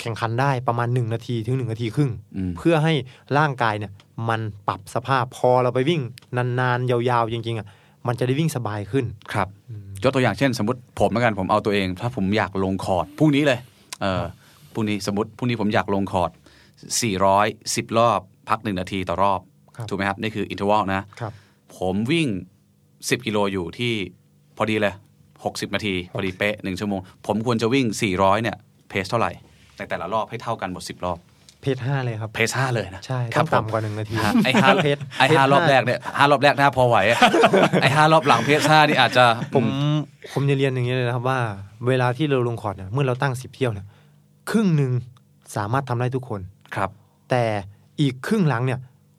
[SPEAKER 4] แข่งขันได้ประมาณ 1 นาทีถึง 1 นาทีครึ่ง
[SPEAKER 2] อืม
[SPEAKER 4] เพื่อให้ร่างกายเนี่ยมันปรับสภาพพอเราไปวิ่งนานๆ ยาวๆ จริงๆอ่ะมันจะได้วิ่งสบายขึ้น
[SPEAKER 2] ครับ ยกตัวอย่างเช่น สมมติผมแล้วกันผมเอาตัวเอง ถ้าผมอยากลงคอร์ดพรุ่งนี้เลยเออพรุ่งนี้สมมติพรุ่งนี้ผมอยากลงคอร์ด410 รอบ พักหนึ่งนาทีต่อรอบ
[SPEAKER 4] ครับ
[SPEAKER 2] ถูกไหมครับ นี่คืออินเทอร์วลนะ
[SPEAKER 4] ครับ
[SPEAKER 2] ผมวิ่ง 10 กิโลอยู่ที่พอดีเลย 60 นาที พอดีเป๊ะ 1 ชั่วโมง ผมควรจะวิ่ง 400 เนี่ย เพสเท่าไหร่ แต่แต่ละรอบให้เท่ากันหมด 10 รอบ
[SPEAKER 4] เพจห้าเลยครับ
[SPEAKER 2] เพสห้าเลยนะ
[SPEAKER 4] ใช่
[SPEAKER 2] ครับ
[SPEAKER 4] ต้องต่ำกว่าหนึ่งนาที
[SPEAKER 2] ฮะไอ้ห้า
[SPEAKER 4] เพจ
[SPEAKER 2] ไอ้ห้า
[SPEAKER 4] เพจ
[SPEAKER 2] รอบ
[SPEAKER 4] ห้า
[SPEAKER 2] แรกเนี่ยห้ารอบแรกน่าพอไหว อะ ไอ้ห้ารอบหลังเพสห้านี่อาจจะ
[SPEAKER 4] ผมผมจะเรียนอย่างนี้เลยนะครับว่า เวลาที่เราลงคอร์ดเนี่ยเมื่อเราตั้งสิบเที่ยวเนี่ยครึ่งหนึ่งสามารถทำได้ทุกคน
[SPEAKER 2] ครับ
[SPEAKER 4] แต่อีกครึ่งหลังเนี่ย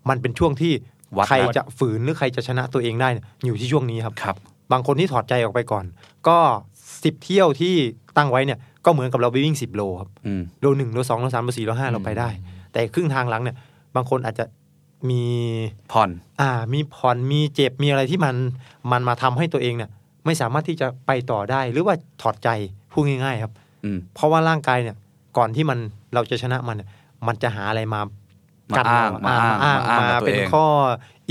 [SPEAKER 4] มันเป็นช่วงที่
[SPEAKER 2] วัด
[SPEAKER 4] ใคร
[SPEAKER 2] วัด
[SPEAKER 4] จะฝืนหรือใครจะชนะตัวเองได้เนี่ยอยู่ที่ช่วงนี้ครับ
[SPEAKER 2] ครับ
[SPEAKER 4] บางคนที่ถอดใจออกไปก่อน ก็สิบเที่ยวที่ตั้งไว้เนี่ยก็เหมือนกับเราไปวิ่งสิบโลครับ
[SPEAKER 2] อืม
[SPEAKER 4] โลหนึ่งโลสองโลสามโลสี่โลห้าเราไปได้ แต่ครึ่งทางหลังเนี่ย บางคนอาจจะมี
[SPEAKER 2] ผ่อน
[SPEAKER 4] อ่ามีผ่อนมีเจ็บมีอะไรที่มันมันมาทำให้ตัวเองเนี่ย ไม่สามารถที่จะไปต่อได้ หรือว่าถอดใจพูดง่ายๆครับ
[SPEAKER 2] อืม
[SPEAKER 4] เพราะว่าร่างกายเนี่ย ก่อนที่มันเราจะชนะมันเนี่ยมันจะหาอะไรมากั
[SPEAKER 2] มาอ้าง
[SPEAKER 4] มา
[SPEAKER 2] มาอ้างมา
[SPEAKER 4] อ้าง
[SPEAKER 2] อ้างกั
[SPEAKER 4] มา
[SPEAKER 2] บตัว
[SPEAKER 4] เป็น
[SPEAKER 2] เอง
[SPEAKER 4] ข้อ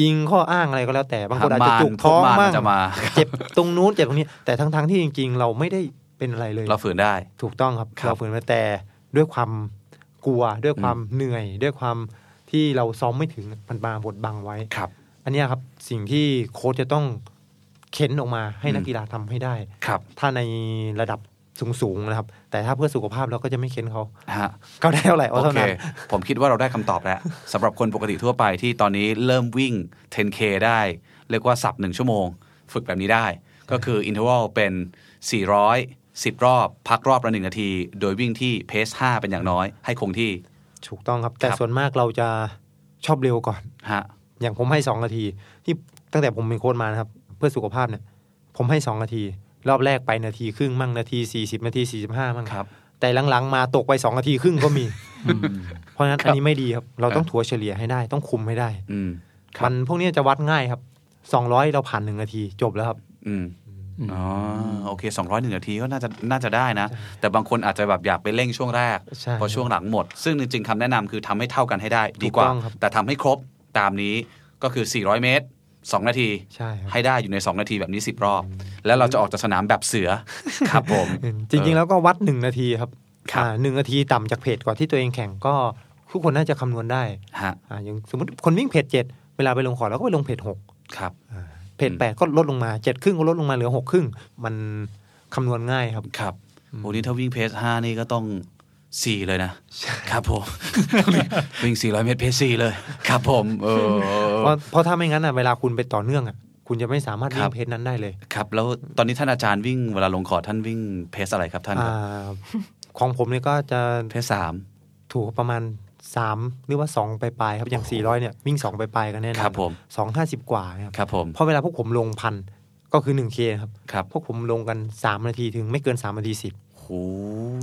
[SPEAKER 4] อิงข้ออ้างอะไรก็แล้วแต่บางคนอาจจะจุก
[SPEAKER 2] พ
[SPEAKER 4] ท้อง
[SPEAKER 2] มาร
[SPEAKER 4] บ้าง
[SPEAKER 2] จะมา
[SPEAKER 4] เจ็บตรงนู้นเจ็บตรงนี้ แต่ทั้งๆที่จริง ๆ เราไม่ได้เป็นอะไรเลย
[SPEAKER 2] เราฝืนได้
[SPEAKER 4] ถูกต้องครับ
[SPEAKER 2] ครับ
[SPEAKER 4] เราฝืนมาแต่ด้วยความกลัวด้วยความเหนื่อย ด้วยความที่เราซ้อมไม่ถึงมันมาบดบังไว้
[SPEAKER 2] ครับ
[SPEAKER 4] อันเนี้ยครับสิ่งที่โค้ชจะต้องเข็นออกมาให้
[SPEAKER 2] อืม
[SPEAKER 4] นักกีฬาทำให้ได้
[SPEAKER 2] ครับ
[SPEAKER 4] ถ้าในระดับสูงๆนะครับ แต่ถ้าเพื่อสุขภาพเราก็จะไม่เข็นเขา
[SPEAKER 2] ฮะ
[SPEAKER 4] เขาได้เท่าไหร่เอา
[SPEAKER 2] โอ
[SPEAKER 4] เท่า
[SPEAKER 2] เค
[SPEAKER 4] นั้น
[SPEAKER 2] ผมคิดว่าเราได้คำตอบแล้ว สำหรับคนปกติทั่วไปที่ตอนนี้เริ่มวิ่ง 10K ได้ เรียกว่าสับหนึ่งชั่วโมง ฝึกแบบนี้ได้ ก็คืออินเทอร์วัลเป็น 400 10 รอบ พักรอบละหนึ่งนาที โดยวิ่งที่เพส 5 เป็นอย่างน้อย ให้คงที่
[SPEAKER 4] ถูกต้องครับ แต่
[SPEAKER 2] ครับ
[SPEAKER 4] ส่วนมากเราจะชอบเร็วก่อน
[SPEAKER 2] ฮะ
[SPEAKER 4] อย่างผมให้สองนาที ที่ตั้งแต่ผมเป็นโค้ชมานะครับ เพื่อสุขภาพเนี่ย ผมให้สองนาที รอบแรกไปนาทีครึ่งมั่งนาทีสี่สิบนาทีสี่สิบห้ามั่ง
[SPEAKER 2] ครับ
[SPEAKER 4] แต่หลังๆ มาตกไปสองนาทีครึ่งก็ มี เพราะฉะนั้น
[SPEAKER 2] ครับ
[SPEAKER 4] อันนี้ไม่ดีครับ เรา
[SPEAKER 2] ครับ
[SPEAKER 4] ต้องถัวเฉลี่ยให้ได้ ต้องคุมให้ได้
[SPEAKER 2] อืม ครับ
[SPEAKER 4] มันพวกนี้จะวัดง่ายครับสองร้อยเราผ่านหนึ่งนาทีจบแล้วครับ
[SPEAKER 2] อืม
[SPEAKER 5] อืม
[SPEAKER 2] อ๋อ โอเค 200หนึ่งนาทีก็น่าจะ น่าจะได้นะ แต่บางคนอาจจะแบบอยากไปเร่งช่วงแรก
[SPEAKER 4] ใช่
[SPEAKER 2] พอช่วงหลังหมด ซึ่งจริง ๆคำแนะนำคือทำให้เท่ากันให้ได้ ดีก
[SPEAKER 4] ถู
[SPEAKER 2] ว่า
[SPEAKER 4] กต้องครับ
[SPEAKER 2] แต่ทำให้ครบตามนี้ก็คือ 400 เมตร 2 นาที
[SPEAKER 4] ใช่ครับ
[SPEAKER 2] ให้ได้อยู่ใน 2 นาทีแบบนี้ 10 รอบ แล้วเราจะออกจากสนามแบบเสือ ครับผม
[SPEAKER 4] จริงๆแล้วก็วัดหนึ่งนาทีครับ
[SPEAKER 2] ครับ
[SPEAKER 4] อ่าหนึ่งนาทีต่ำจากเพจก่อนที่ตัวเองแข่งก็ทุกคนน่าจะคำนวณได้
[SPEAKER 2] ฮะ
[SPEAKER 4] อ่าอย่างสมมติคนวิ่งเพจเจ็ดเวลาไปลงขอเราก็ไปลงเพจหก
[SPEAKER 2] ครับ
[SPEAKER 4] เพจแปดก็ลดลงมาเจ็ดครึ่งก็ลดลงมาเหลือหกครึ่งมันคำนวณง่ายครับ
[SPEAKER 2] ครับโอ้นี่ถ้าวิ่งเพสห้านี่ก็ต้องสี่เลยนะ ครับผม วิ่ง 400 เมตรเพสสี่เลย ครับผม เออ
[SPEAKER 4] เพราะเพราะถ้าไม่งั้นอ่ะเวลาคุณไปต่อเนื่องอ่ะคุณจะไม่สามารถ
[SPEAKER 2] ค
[SPEAKER 4] วิ่
[SPEAKER 2] รั
[SPEAKER 4] ง
[SPEAKER 2] บ
[SPEAKER 4] เพจนั้นได้เลย
[SPEAKER 2] ครับ แล้วตอนนี้ท่านอาจารย์วิ่งเวลาลงคอร์ดท่านวิ่งเพสอะไรครับท่านครับ
[SPEAKER 4] อ่า ของผมเนี่ยก็จะ
[SPEAKER 2] เพศสาม
[SPEAKER 4] ถูกประมาณ 3 หรือว่า 2 ไปปลายๆครับ อย่าง 400เนี่ยวิ่ง 2 ไปปลายๆกันแน่นอน
[SPEAKER 2] ครับผม
[SPEAKER 4] สองห้าสิบกว่าเนี่ย
[SPEAKER 2] ครับผม
[SPEAKER 4] เพราะเวลาพวกผมลงพันก็คือ 1K ครับ
[SPEAKER 2] ครับ
[SPEAKER 4] พวกผมลงกัน 3 นาทีถึงไม่เกิน 3 นาที
[SPEAKER 2] หู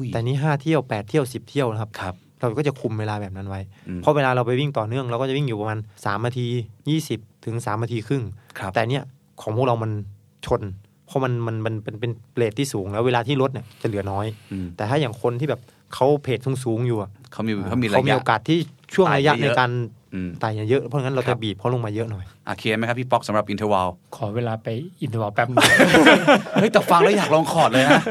[SPEAKER 2] ย
[SPEAKER 4] 10 แต่นี่ 5 เที่ยว 8 เที่ยว 10 เที่ยวนะครับ
[SPEAKER 2] ครับ
[SPEAKER 4] เราก็จะคุมเวลาแบบนั้นไว้
[SPEAKER 2] อืม
[SPEAKER 4] เพราะเวลาเราไปวิ่งต่อเนื่องเราก็จะวิ่งอยู่ประมาณ 3 นาที 20 ถึง 3 นาทีครึ่ง
[SPEAKER 2] ครับ
[SPEAKER 4] แต่เนี่ยของพวกเรามันชน เพราะมันมันมันเป็นเป็นเรทที่สูงแล้วเวลาที่ลดเนี่ยจะเหลือน้อย
[SPEAKER 2] อืม
[SPEAKER 4] แต่ถ้าอย่างคนที่แบบเขาเพจสูงๆอยู่อะ
[SPEAKER 2] เขามีเขามีระ
[SPEAKER 4] เขามี
[SPEAKER 2] ยะ
[SPEAKER 4] โอกาสที่ช่วงระยะ
[SPEAKER 2] ไต่เยอะ
[SPEAKER 4] ในการ
[SPEAKER 2] อืม
[SPEAKER 4] ไต่เยอะ เพราะงั้นเรา
[SPEAKER 2] ครั
[SPEAKER 4] จะ
[SPEAKER 2] บ
[SPEAKER 4] บีบเขาลงมาเยอะหน่อย
[SPEAKER 2] อ่ะเคลียร์ไหมครับพี่ป๊อกสำหรับอินเทอร์วัล
[SPEAKER 5] ขอเวลาไปอินเทอร์วอลแป๊บ หนึง
[SPEAKER 2] เฮ้ยแต่ฟังแล้วอยากลองคอร์ดเลย นะ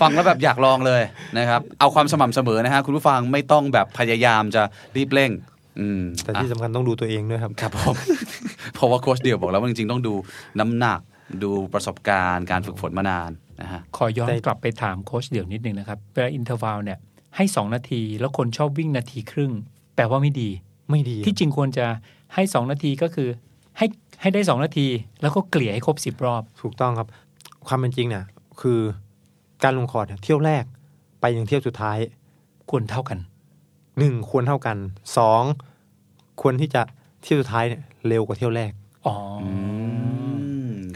[SPEAKER 2] ฟังแล้วแบบอยากลองเลยนะครับ เอาความสม่ำเสมอนะฮะคุณผู้ฟังไม่ต้องแบบพยายามจะรีบเร่ง อืม
[SPEAKER 4] แต่
[SPEAKER 2] อ่ะ
[SPEAKER 4] ที่สำคัญต้องดูตัวเองด้วยครับ
[SPEAKER 2] ครับผม เพราะว่าโค้ชเดียวบอกแล้วว่าจริงๆต้องดูน้ำหนัก ดูประสบการณ์การฝึกฝนมานานนะฮะ
[SPEAKER 5] ขอย้อน
[SPEAKER 4] ได้
[SPEAKER 5] กลับไปถามโค้ชเดี๋ยวนิดนึงนะครับ เวลาอินเทอร์วลเนี่ยให้ 2 นาที แล้วคนชอบวิ่งนาทีครึ่ง แปลว่าไม่ดี
[SPEAKER 4] ไม่ดี
[SPEAKER 5] ที่จริงควรจะให้ 2 นาทีก็คือ ให้ให้ได้ 2 นาที แล้วก็เกลี่ยให้ครบ 10 รอบ
[SPEAKER 4] ถูกต้องครับ ความเป็นจริงเนี่ยคือการลงคอร์ดเนี่ยเที่ยวแรก ไปอย่างเที่ยวสุดท้าย
[SPEAKER 5] ควรเท่ากัน
[SPEAKER 4] หนึ่งควรเท่ากันสองควรที่จะเที่ยวสุดท้ายเนี่ยเร็วกว่าเที่ยวแรก
[SPEAKER 5] อ๋ออ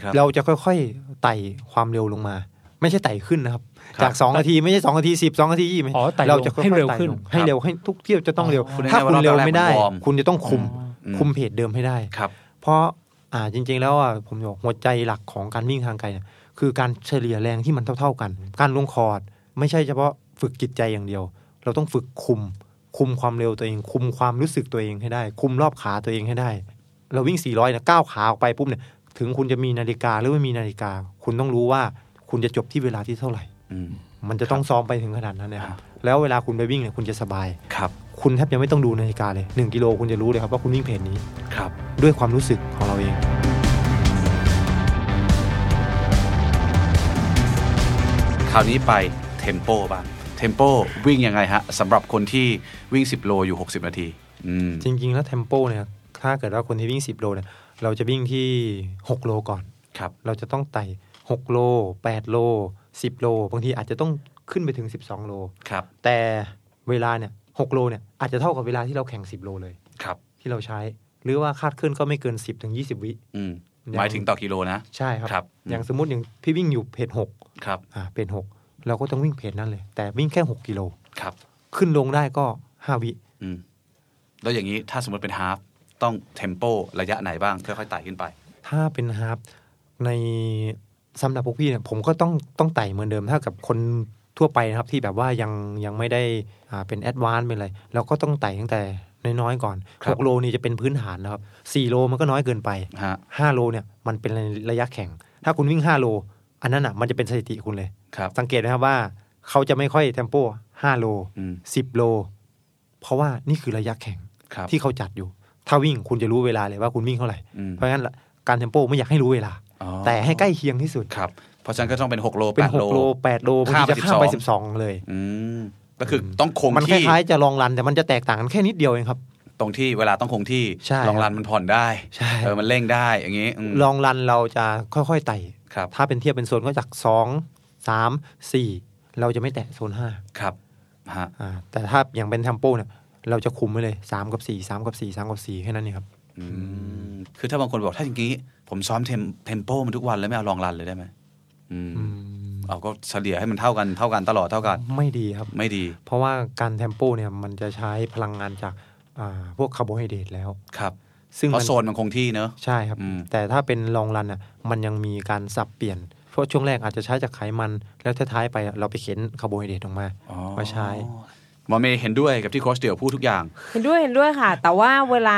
[SPEAKER 2] ครับ
[SPEAKER 4] เราจะค่อยๆไต่ความเร็วลงมา ไม่ใช่ไต่ขึ้นนะครับ
[SPEAKER 2] ครับ
[SPEAKER 4] จากสองนาทีไม่ใช่สองนาทีสิบสองนาทียี่สิบ
[SPEAKER 5] อ๋อแต่
[SPEAKER 4] เรา
[SPEAKER 5] เรา
[SPEAKER 4] จะ
[SPEAKER 5] จะ
[SPEAKER 4] ค่อย
[SPEAKER 5] ให้
[SPEAKER 4] ๆ
[SPEAKER 5] เร็ว
[SPEAKER 4] ไต่
[SPEAKER 5] ขึ้น
[SPEAKER 4] ลงให้เร็วให้ทุกเที่ยวจะต้องเร็ว
[SPEAKER 2] พูดง่ายๆ
[SPEAKER 4] ถ้าคุณ
[SPEAKER 2] ว่ารอบ
[SPEAKER 4] เร็วไม่ได้
[SPEAKER 2] แรกๆมันวอร์ม
[SPEAKER 4] คุณจะต้องคุม
[SPEAKER 2] อืม
[SPEAKER 4] คุมเพจเดิมให้ได้
[SPEAKER 2] ครับ
[SPEAKER 4] เพราะอ่าจริง ๆ แล้วอ่ะผมบอกหัวใจหลักของการวิ่งทางไกลเนี่ยคือการเฉลี่ยแรงที่มันเท่า ๆกัน การลงคอร์ดไม่ใช่เฉพาะฝึกจิตใจอย่างเดียว เราต้องฝึกคุม คุมความเร็วตัวเอง คุมความรู้สึกตัวเองให้ได้ คุมรอบขาตัวเองให้ได้ เราวิ่ง 400นะก้าวขาออกไปปุ๊บเนี่ยถึงคุณจะมีนาฬิกาหรือไม่มีนาฬิกา คุณต้องรู้ว่าคุณจะจบที่เวลาที่เท่าไหร่
[SPEAKER 2] อืม
[SPEAKER 4] มันจะต้องซ้อมไปถึงขนาดนั้นนะค
[SPEAKER 2] ค
[SPEAKER 4] รับ
[SPEAKER 2] รับ
[SPEAKER 4] แล้วเวลาคุณไปวิ่งเนี่ยคุณจะสบาย
[SPEAKER 2] ครับ
[SPEAKER 4] คุณแทบจะไม่ต้องดูนาฬิกาเลยหนึ่งกิโลคุณจะรู้เลยครับว่าคุณวิ่งเพจนี้
[SPEAKER 2] ครับ
[SPEAKER 4] ด้วยความรู้สึกของเราเอง
[SPEAKER 2] คราวนี้ไปเทมโปบ้างเทมโปวิ่งยังไงฮะสำหรับคนที่วิ่ง 10 โลอยู่ 60 นาที อืม
[SPEAKER 4] จริง ๆ แล้วเทมโปเนี่ยถ้าเกิดว่าคนที่วิ่ง 10 โลเนี่ยเราจะวิ่งที่ 6 โลก่อน
[SPEAKER 2] ครับ
[SPEAKER 4] เราจะต้องไต่ 6 โล 8 โล 10 โล บางทีอาจจะต้องขึ้นไปถึง 12 โล
[SPEAKER 2] ครับ
[SPEAKER 4] แต่เวลาเนี่ย6โลเนี่ยอาจจะเท่ากับเวลาที่เราแข่ง 10 โลเลย
[SPEAKER 2] ครับ
[SPEAKER 4] ที่เราใช้ หรือว่าคาดเคลื่อนก็ไม่เกิน 10 ถึง 20 วิ
[SPEAKER 2] อืม
[SPEAKER 4] ยัง
[SPEAKER 2] หมายถึงต่อกิโลนะ
[SPEAKER 4] ใช่ครับ
[SPEAKER 2] ครับอืม
[SPEAKER 4] อย่างสมมติอย่างพี่วิ่งอยู่เพจ6
[SPEAKER 2] ครับ
[SPEAKER 4] อ่าเพจ6เราก็ต้องวิ่งเพจนั้นเลย แต่วิ่งแค่ 6 กิโล
[SPEAKER 2] ครับ
[SPEAKER 4] ขึ้นลงได้ก็ 5 วิ
[SPEAKER 2] อืม แล้วอย่างนี้ถ้าสมมติเป็นฮาล์ฟต้องเทมโประยะไหนบ้าง ค่อยๆไต่ขึ้นไป
[SPEAKER 4] ถ้าเป็นฮาร์ปในสำหรับพวกพี่เนี่ยผมก็ต้องต้องไต่เหมือนเดิมถ้ากับคนทั่วไปนะครับที่แบบว่ายังยังไม่ได้อ่าเป็นแอดวานซ์เป็นอะไรเราก็ต้องไต่ตั้งแต่น้อยๆก่อน
[SPEAKER 2] ครับ
[SPEAKER 4] หกโลนี่จะเป็นพื้นฐานนะครับสี่โลมันก็น้อยเกินไป
[SPEAKER 2] ฮะ
[SPEAKER 4] ห้าโลเนี่ยมันเป็นระยะแข่ง ถ้าคุณวิ่งห้าโล อันนั้นอ่ะมันจะเป็นสถิติคุณเลย
[SPEAKER 2] ครับ
[SPEAKER 4] สังเกตนะครับว่าเขาจะไม่ค่อยเทมโปห้าโล
[SPEAKER 2] อืม
[SPEAKER 4] สิบโล เพราะว่านี่คือระยะแข่ง
[SPEAKER 2] ครับ
[SPEAKER 4] ที่เขาจัดอยู่ ถ้าวิ่งคุณจะรู้เวลาเลยว่าคุณวิ่งเท่าไหร่
[SPEAKER 2] อืม
[SPEAKER 4] เพราะงั้นละการเทมโปไม่อยากให้รู้เวลา
[SPEAKER 2] อ๋อ
[SPEAKER 4] แต่ให้ใกล้เคียงที่สุด
[SPEAKER 2] ครับ เพราะฉะนั้นก็ต้องเป็น 6 โล
[SPEAKER 4] เป็น
[SPEAKER 2] 8
[SPEAKER 4] หกโลแปดโลบางทีจะ
[SPEAKER 2] ข้ามไป
[SPEAKER 4] ข้ามไป
[SPEAKER 2] 12
[SPEAKER 4] สิบสองเลย
[SPEAKER 2] อืม ก็คือต้องคง
[SPEAKER 4] มันค
[SPEAKER 2] ที่
[SPEAKER 4] ล้ายๆจะลองรันแต่มันจะแตกต่างกันแค่นิดเดียวเองครับ
[SPEAKER 2] ตรงที่เวลาต้องคงที่
[SPEAKER 4] ใช่
[SPEAKER 2] ลองรันมันผ่อนได้
[SPEAKER 4] ใช่
[SPEAKER 2] เออ มันเร่งได้ อย่างนี้อืม
[SPEAKER 4] ลองรันเราจะค่อยๆไต่
[SPEAKER 2] ครับ
[SPEAKER 4] ถ้าเป็นเทียบเป็นโซนก็จากสองสามสี่เราจะไม่แตะโซนห้า
[SPEAKER 2] ครับฮะ
[SPEAKER 4] อ่าแต่ถ้าอย่างเป็นเทมโปเนี่ยเราจะคุมไว้เลยสามกับสี่สามกับสี่สามกับสี่แค่นั้นเองครับ
[SPEAKER 2] อืมคือถ้าบางคนบอกถ้าอย่างนี้ ผมซ้อมเทมเทมโปมันทุกวันแล้วไม่เอาลองรันเลยได้ไหมอืมเอาก็เฉลี่ยให้มันเท่ากันเท่ากันตลอดเท่ากัน
[SPEAKER 4] ไม่ดีครับ
[SPEAKER 2] ไม่ดี
[SPEAKER 4] เพราะว่าการเทมโปเนี่ยมันจะใช้พลังงานจากอ่าพวกคาร์โบไฮเดรตแล้ว
[SPEAKER 2] ครับ
[SPEAKER 4] ซึ่ง
[SPEAKER 2] เพ
[SPEAKER 4] มั
[SPEAKER 2] ราะ
[SPEAKER 4] น
[SPEAKER 2] โซนมันคงที่เนอะ
[SPEAKER 4] ใช่ครับ
[SPEAKER 2] อืม
[SPEAKER 4] แต่ถ้าเป็นลองรันอ่ะมันยังมีการสับเปลี่ยน เพราะช่วงแรกอาจจะใช้จากไขมัน แล้วท้ายๆไปอะเราไปเข็นคาร์โบไฮเดรตออกมามาใช้
[SPEAKER 2] หมอเมย์เห็นด้วยกับที่โค้ชเดี่ยวพูดทุกอย่าง
[SPEAKER 3] เห็นด้วยเห็นด้วยค่ะ แต่ว่าเวลา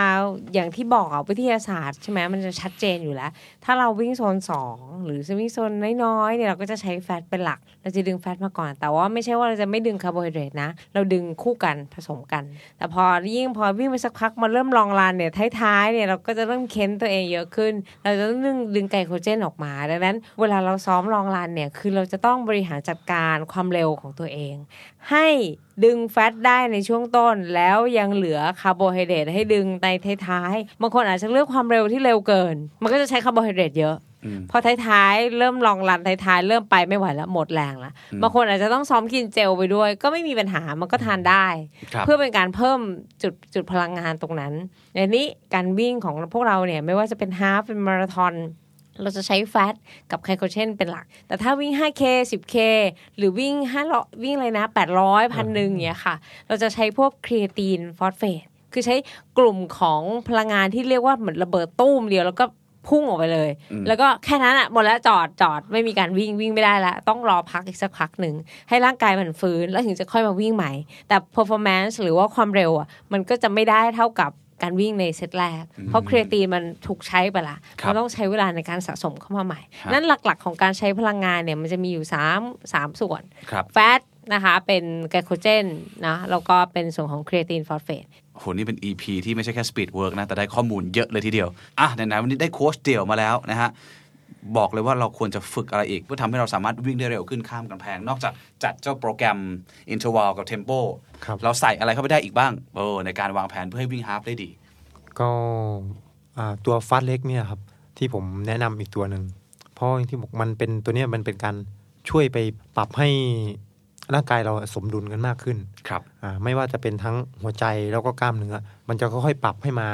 [SPEAKER 3] อย่างที่บอกอะวิทยาศาสตร์ใช่ไหมมันจะชัดเจนอยู่แล้ว ถ้าเราวิ่งโซน 2 หรือจะวิ่งโซนน้อยๆเนี่ยเราก็จะใช้แฟตเป็นหลัก เราจะดึงแฟตมาก่อน แต่ว่าไม่ใช่ว่าเราจะไม่ดึงคาร์โบไฮเดรตนะ เราดึงคู่กันผสมกัน แต่พอยิ่งพอวิ่งไปสักพักมาเริ่มลองลานเนี่ยท้ายๆเนี่ยเราก็จะเริ่มเค้นตัวเองเยอะขึ้น เราจะต้องดึงดึงไกลโคเจนออกมา ดังนั้น เวลาเราซ้อมลองลานเนี่ยคือเราจะต้องบริหารจัดการความเร็วของตัวเอง ให้ดึงแฟตได้ในช่วงต้น แล้วยังเหลือคาร์โบไฮเดรตให้ดึงในท้ายๆบางคนอาจจะเลือกความเร็วที่เร็วเกิน มันก็จะใช้คาร์โบไฮเดรตเยอะ
[SPEAKER 2] อืม
[SPEAKER 3] พอท้ายๆเริ่มลองรันท้ายๆเริ่มไปไม่ไหวแล้วหมดแรงละบางคนอาจจะต้องซ้อมกินเจลไปด้วย ก็ไม่มีปัญหามันก็ทานได้
[SPEAKER 2] ครับ
[SPEAKER 3] เพื่อเป็นการเพิ่มจุดจุดพลังงานตรงนั้นอันนี้การวิ่งของพวกเราเนี่ยไม่ว่าจะเป็นฮาล์ฟเป็นมาราธอน เราจะใช้แฟตกับไคโคเชนเป็นหลัก แต่ถ้าวิ่ง 5K 10K หรือวิ่ง5ล้อวิ่งอะไรนะ 800พันหนึ่งเงี้ยค่ะ เราจะใช้พวกครีเอตีนฟอสเฟตคือใช้กลุ่มของพลังงานที่เรียกว่าเหมือนระเบิดตู้มเดียวแล้วก็พุ่งออกไปเลย แล้วก็แค่นั้นอะหมดแล้วจอดจอดไม่มีการวิ่งวิ่งไม่ได้ละต้องรอพักอีกสักพักหนึ่ง ให้ร่างกายมันฟื้นแล้วถึงจะค่อยมาวิ่งใหม่ แต่ performance หรือว่าความเร็วอะมันก็จะไม่ได้เท่ากับการวิ่งในเซตแรก เพราะครีเอตีนมันถูกใช้ไปละ
[SPEAKER 2] ครับ
[SPEAKER 3] มันต้อง ต้องใช้เวลาในการสะสมเข้ามาใหม่
[SPEAKER 2] ครับ
[SPEAKER 3] นั้นหลักๆของการใช้พลังงานเนี่ยมันจะมีอยู่3 3ส่วน
[SPEAKER 2] ครับ
[SPEAKER 3] แฟตนะคะเป็นไกลโคเจนนะแล้วก็เป็นส่วนของครีเอตินฟอสเฟต
[SPEAKER 2] โหนี่เป็น EP ที่ไม่ใช่แค่สปีดเวิร์กนะแต่ได้ข้อมูลเยอะเลยทีเดียวอ่ะไหนๆวันนี้ได้โค้ชเดี่ยวมาแล้วนะฮะบอกเลยว่าเราควรจะฝึกอะไรอีก เพื่อทำให้เราสามารถวิ่งได้เร็วขึ้นข้ามกำแพง นอกจากจัดเจ้าโปรแกรมอินเทอร์วลกับเทมโป
[SPEAKER 4] ครับ
[SPEAKER 2] เราใส่อะไรเข้าไปได้อีกบ้างเออในการวางแผนเพื่อให้วิ่งฮาล์ฟได้ดี
[SPEAKER 4] ก็อ่าตัวฟัสเล็กเนี่ยครับที่ผมแนะนำอีกตัวหนึ่งเพราะอย่างที่บอกมันเป็นตัวเนี้ยมันเป็นการช่วยไปปรับให้ ร่างกายเราสมดุลกันมากขึ้น
[SPEAKER 2] ครับ
[SPEAKER 4] อ่าไม่ว่าจะเป็นทั้งหัวใจแล้วก็กล้ามเนื้อมันจะค่อยๆปรับให้มา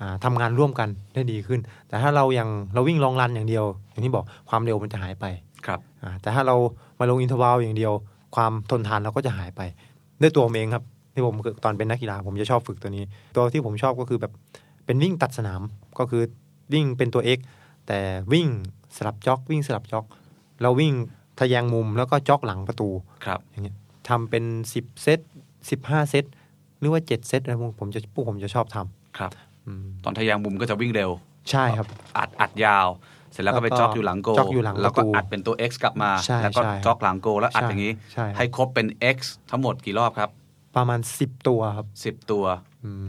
[SPEAKER 4] อ่าทำางานร่วมกันได้ดีขึ้น แต่ถ้าเรายังเราวิ่งลองรันอย่างเดียว อย่างที่บอกความเร็วมันจะหายไป
[SPEAKER 2] ครับ
[SPEAKER 4] อ่าแต่ถ้าเรามาลงอินทวาลอย่างเดียว ความทนทานเราก็จะหายไป ด้วยตัวผมเองครับที่ผมคือตอนเป็นนักกีฬาผมจะชอบฝึกตัวนี้ ตัวที่ผมชอบก็คือแบบเป็นวิ่งตัดสนามก็คือวิ่งเป็นตัว X แต่วิ่งสลับจ็อก วิ่งสลับจ็อกเราวิ่งทะแยงมุมแล้วก็จ็อกหลังประตู
[SPEAKER 2] ครับ
[SPEAKER 4] อย่างเงี้ยทำเป็น 10 เซต15 เซตหรือว่า 7 เซตอะไรพวกผมจะพวกผมจะชอบท
[SPEAKER 2] ครับ
[SPEAKER 4] ำอืม
[SPEAKER 2] ตอนทะยางมุมก็จะวิ่งเร็ว
[SPEAKER 4] ใช่ครับ
[SPEAKER 2] อัดอัดยาว เสร็จแล้วก็ไป
[SPEAKER 4] แล้วก็
[SPEAKER 2] จ็อกอยู่หลังโกล
[SPEAKER 4] จ็อกอยู่หลัง
[SPEAKER 2] แล้วก็
[SPEAKER 4] ประตู
[SPEAKER 2] อัดเป็นตัว X กลับมา
[SPEAKER 4] ใช่
[SPEAKER 2] แล้วก็
[SPEAKER 4] ใช่
[SPEAKER 2] จ็อกหลังโกลแล้วอัด
[SPEAKER 4] ใช่
[SPEAKER 2] อย่างนี้
[SPEAKER 4] ใช่
[SPEAKER 2] ให้ครบเป็น X ทั้งหมดกี่รอบครับ
[SPEAKER 4] ประมาณ 10 ตัวครับ
[SPEAKER 2] 10 ตัว
[SPEAKER 4] อืม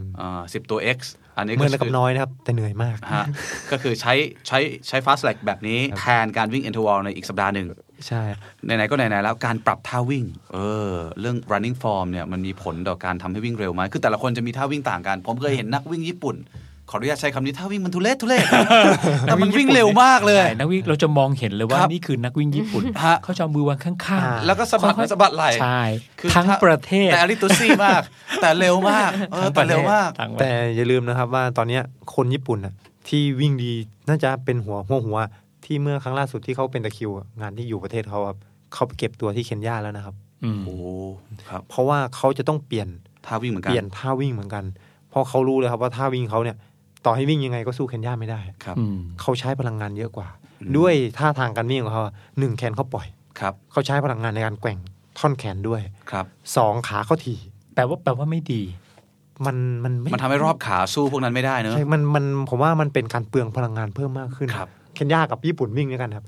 [SPEAKER 2] สิบตัว X อันนี้
[SPEAKER 4] เหมื
[SPEAKER 2] ก็
[SPEAKER 4] อนกับ
[SPEAKER 2] คือ
[SPEAKER 4] น้อยนะครับ แต่เหนื่อยมาก
[SPEAKER 2] ฮะ ก็คือใช้ใช้ใช้ fast leg แบบนี้แทนการวิ่ง interval ในอีกสัปดาห์หนึ่ง
[SPEAKER 4] ใช่
[SPEAKER 2] ไหนๆก็ไหนๆแล้วการปรับท่าวิ่ง เออ เรื่อง running form เนี่ยมันมีผลต่อการทำให้วิ่งเร็วไหมคือแต่ละคนจะมีท่าวิ่งต่างกัน ผมเคยเห็นนักวิ่งญี่ปุ่น ขออนุญาตใช้คำนี้ท่าวิ่งมันทุเรศทุเรศ แต่มันวิ่งเร็วมากเลย
[SPEAKER 5] ใช่นักวิ่งเราจะมองเห็นเลยว่า
[SPEAKER 2] ครับ
[SPEAKER 5] นี่คือนักวิ่งญี่ปุ่น
[SPEAKER 2] ฮะ
[SPEAKER 5] เขาจะเอามือวางข้าง
[SPEAKER 4] อ่า
[SPEAKER 2] แล้วก็สะบัด
[SPEAKER 5] ค่อย
[SPEAKER 2] สะบัดไหล่
[SPEAKER 5] ใช่
[SPEAKER 2] คือ
[SPEAKER 5] ทั้งประเทศ
[SPEAKER 2] แต่อริตุซี่มาก แต่เร็วมากเออ
[SPEAKER 5] ทั้งป
[SPEAKER 2] แต่
[SPEAKER 5] ระทศ
[SPEAKER 2] เร็วมาก
[SPEAKER 5] ทั้งประเท
[SPEAKER 4] แต่
[SPEAKER 5] ศ
[SPEAKER 4] อย่าลืมนะครับว่าตอนเนี้ยคนญี่ปุ่นน่ะที่วิ่งดีน่าจะเป็นหัวหัวหัวที่เมื่อครั้งล่าสุดที่เขาเป็นตะคริวอะงานที่อยู่ประเทศเขาครับเขาไปเก็บตัวที่เคนยาแล้วนะครับ
[SPEAKER 5] อืม
[SPEAKER 2] โอ้โหครับ
[SPEAKER 4] เพราะว่าเขาจะต้องเปลี่ยน
[SPEAKER 2] ท่าวิ่งเหมือนกั
[SPEAKER 4] เปลี่ยนท่าวิ่งเหมือนกัน เพราะเขารู้เลยครับว่าท่าวิ่งเขาเนี่ย ต่อให้วิ่งยังไงก็สู้เคนยาไม่ได้
[SPEAKER 2] ครับ
[SPEAKER 5] อืม
[SPEAKER 4] เขาใช้พลังงานเยอะกว่า ด้วยท่าทางการวิ่งของเขาอะหนึ่งแขนเขาปล่อย
[SPEAKER 2] ครับ
[SPEAKER 4] เขาใช้พลังงานในการแกว่งท่อนแขนด้วย
[SPEAKER 2] ครับ
[SPEAKER 4] สองขาเขาถี
[SPEAKER 5] แปลว่าแปลว่าไม่ดี
[SPEAKER 4] มันมันไม่
[SPEAKER 2] มันทำให้รอบขาสู้พวกนั้นไม่ได้เนอะ
[SPEAKER 4] ใช่มันมันผมว่ามันเป็นการเปลืองพลังงานเพิ่มมากขึ้น
[SPEAKER 2] ครับ
[SPEAKER 4] เคนยากับญี่ปุ่นวิ่งด้วยกันครับ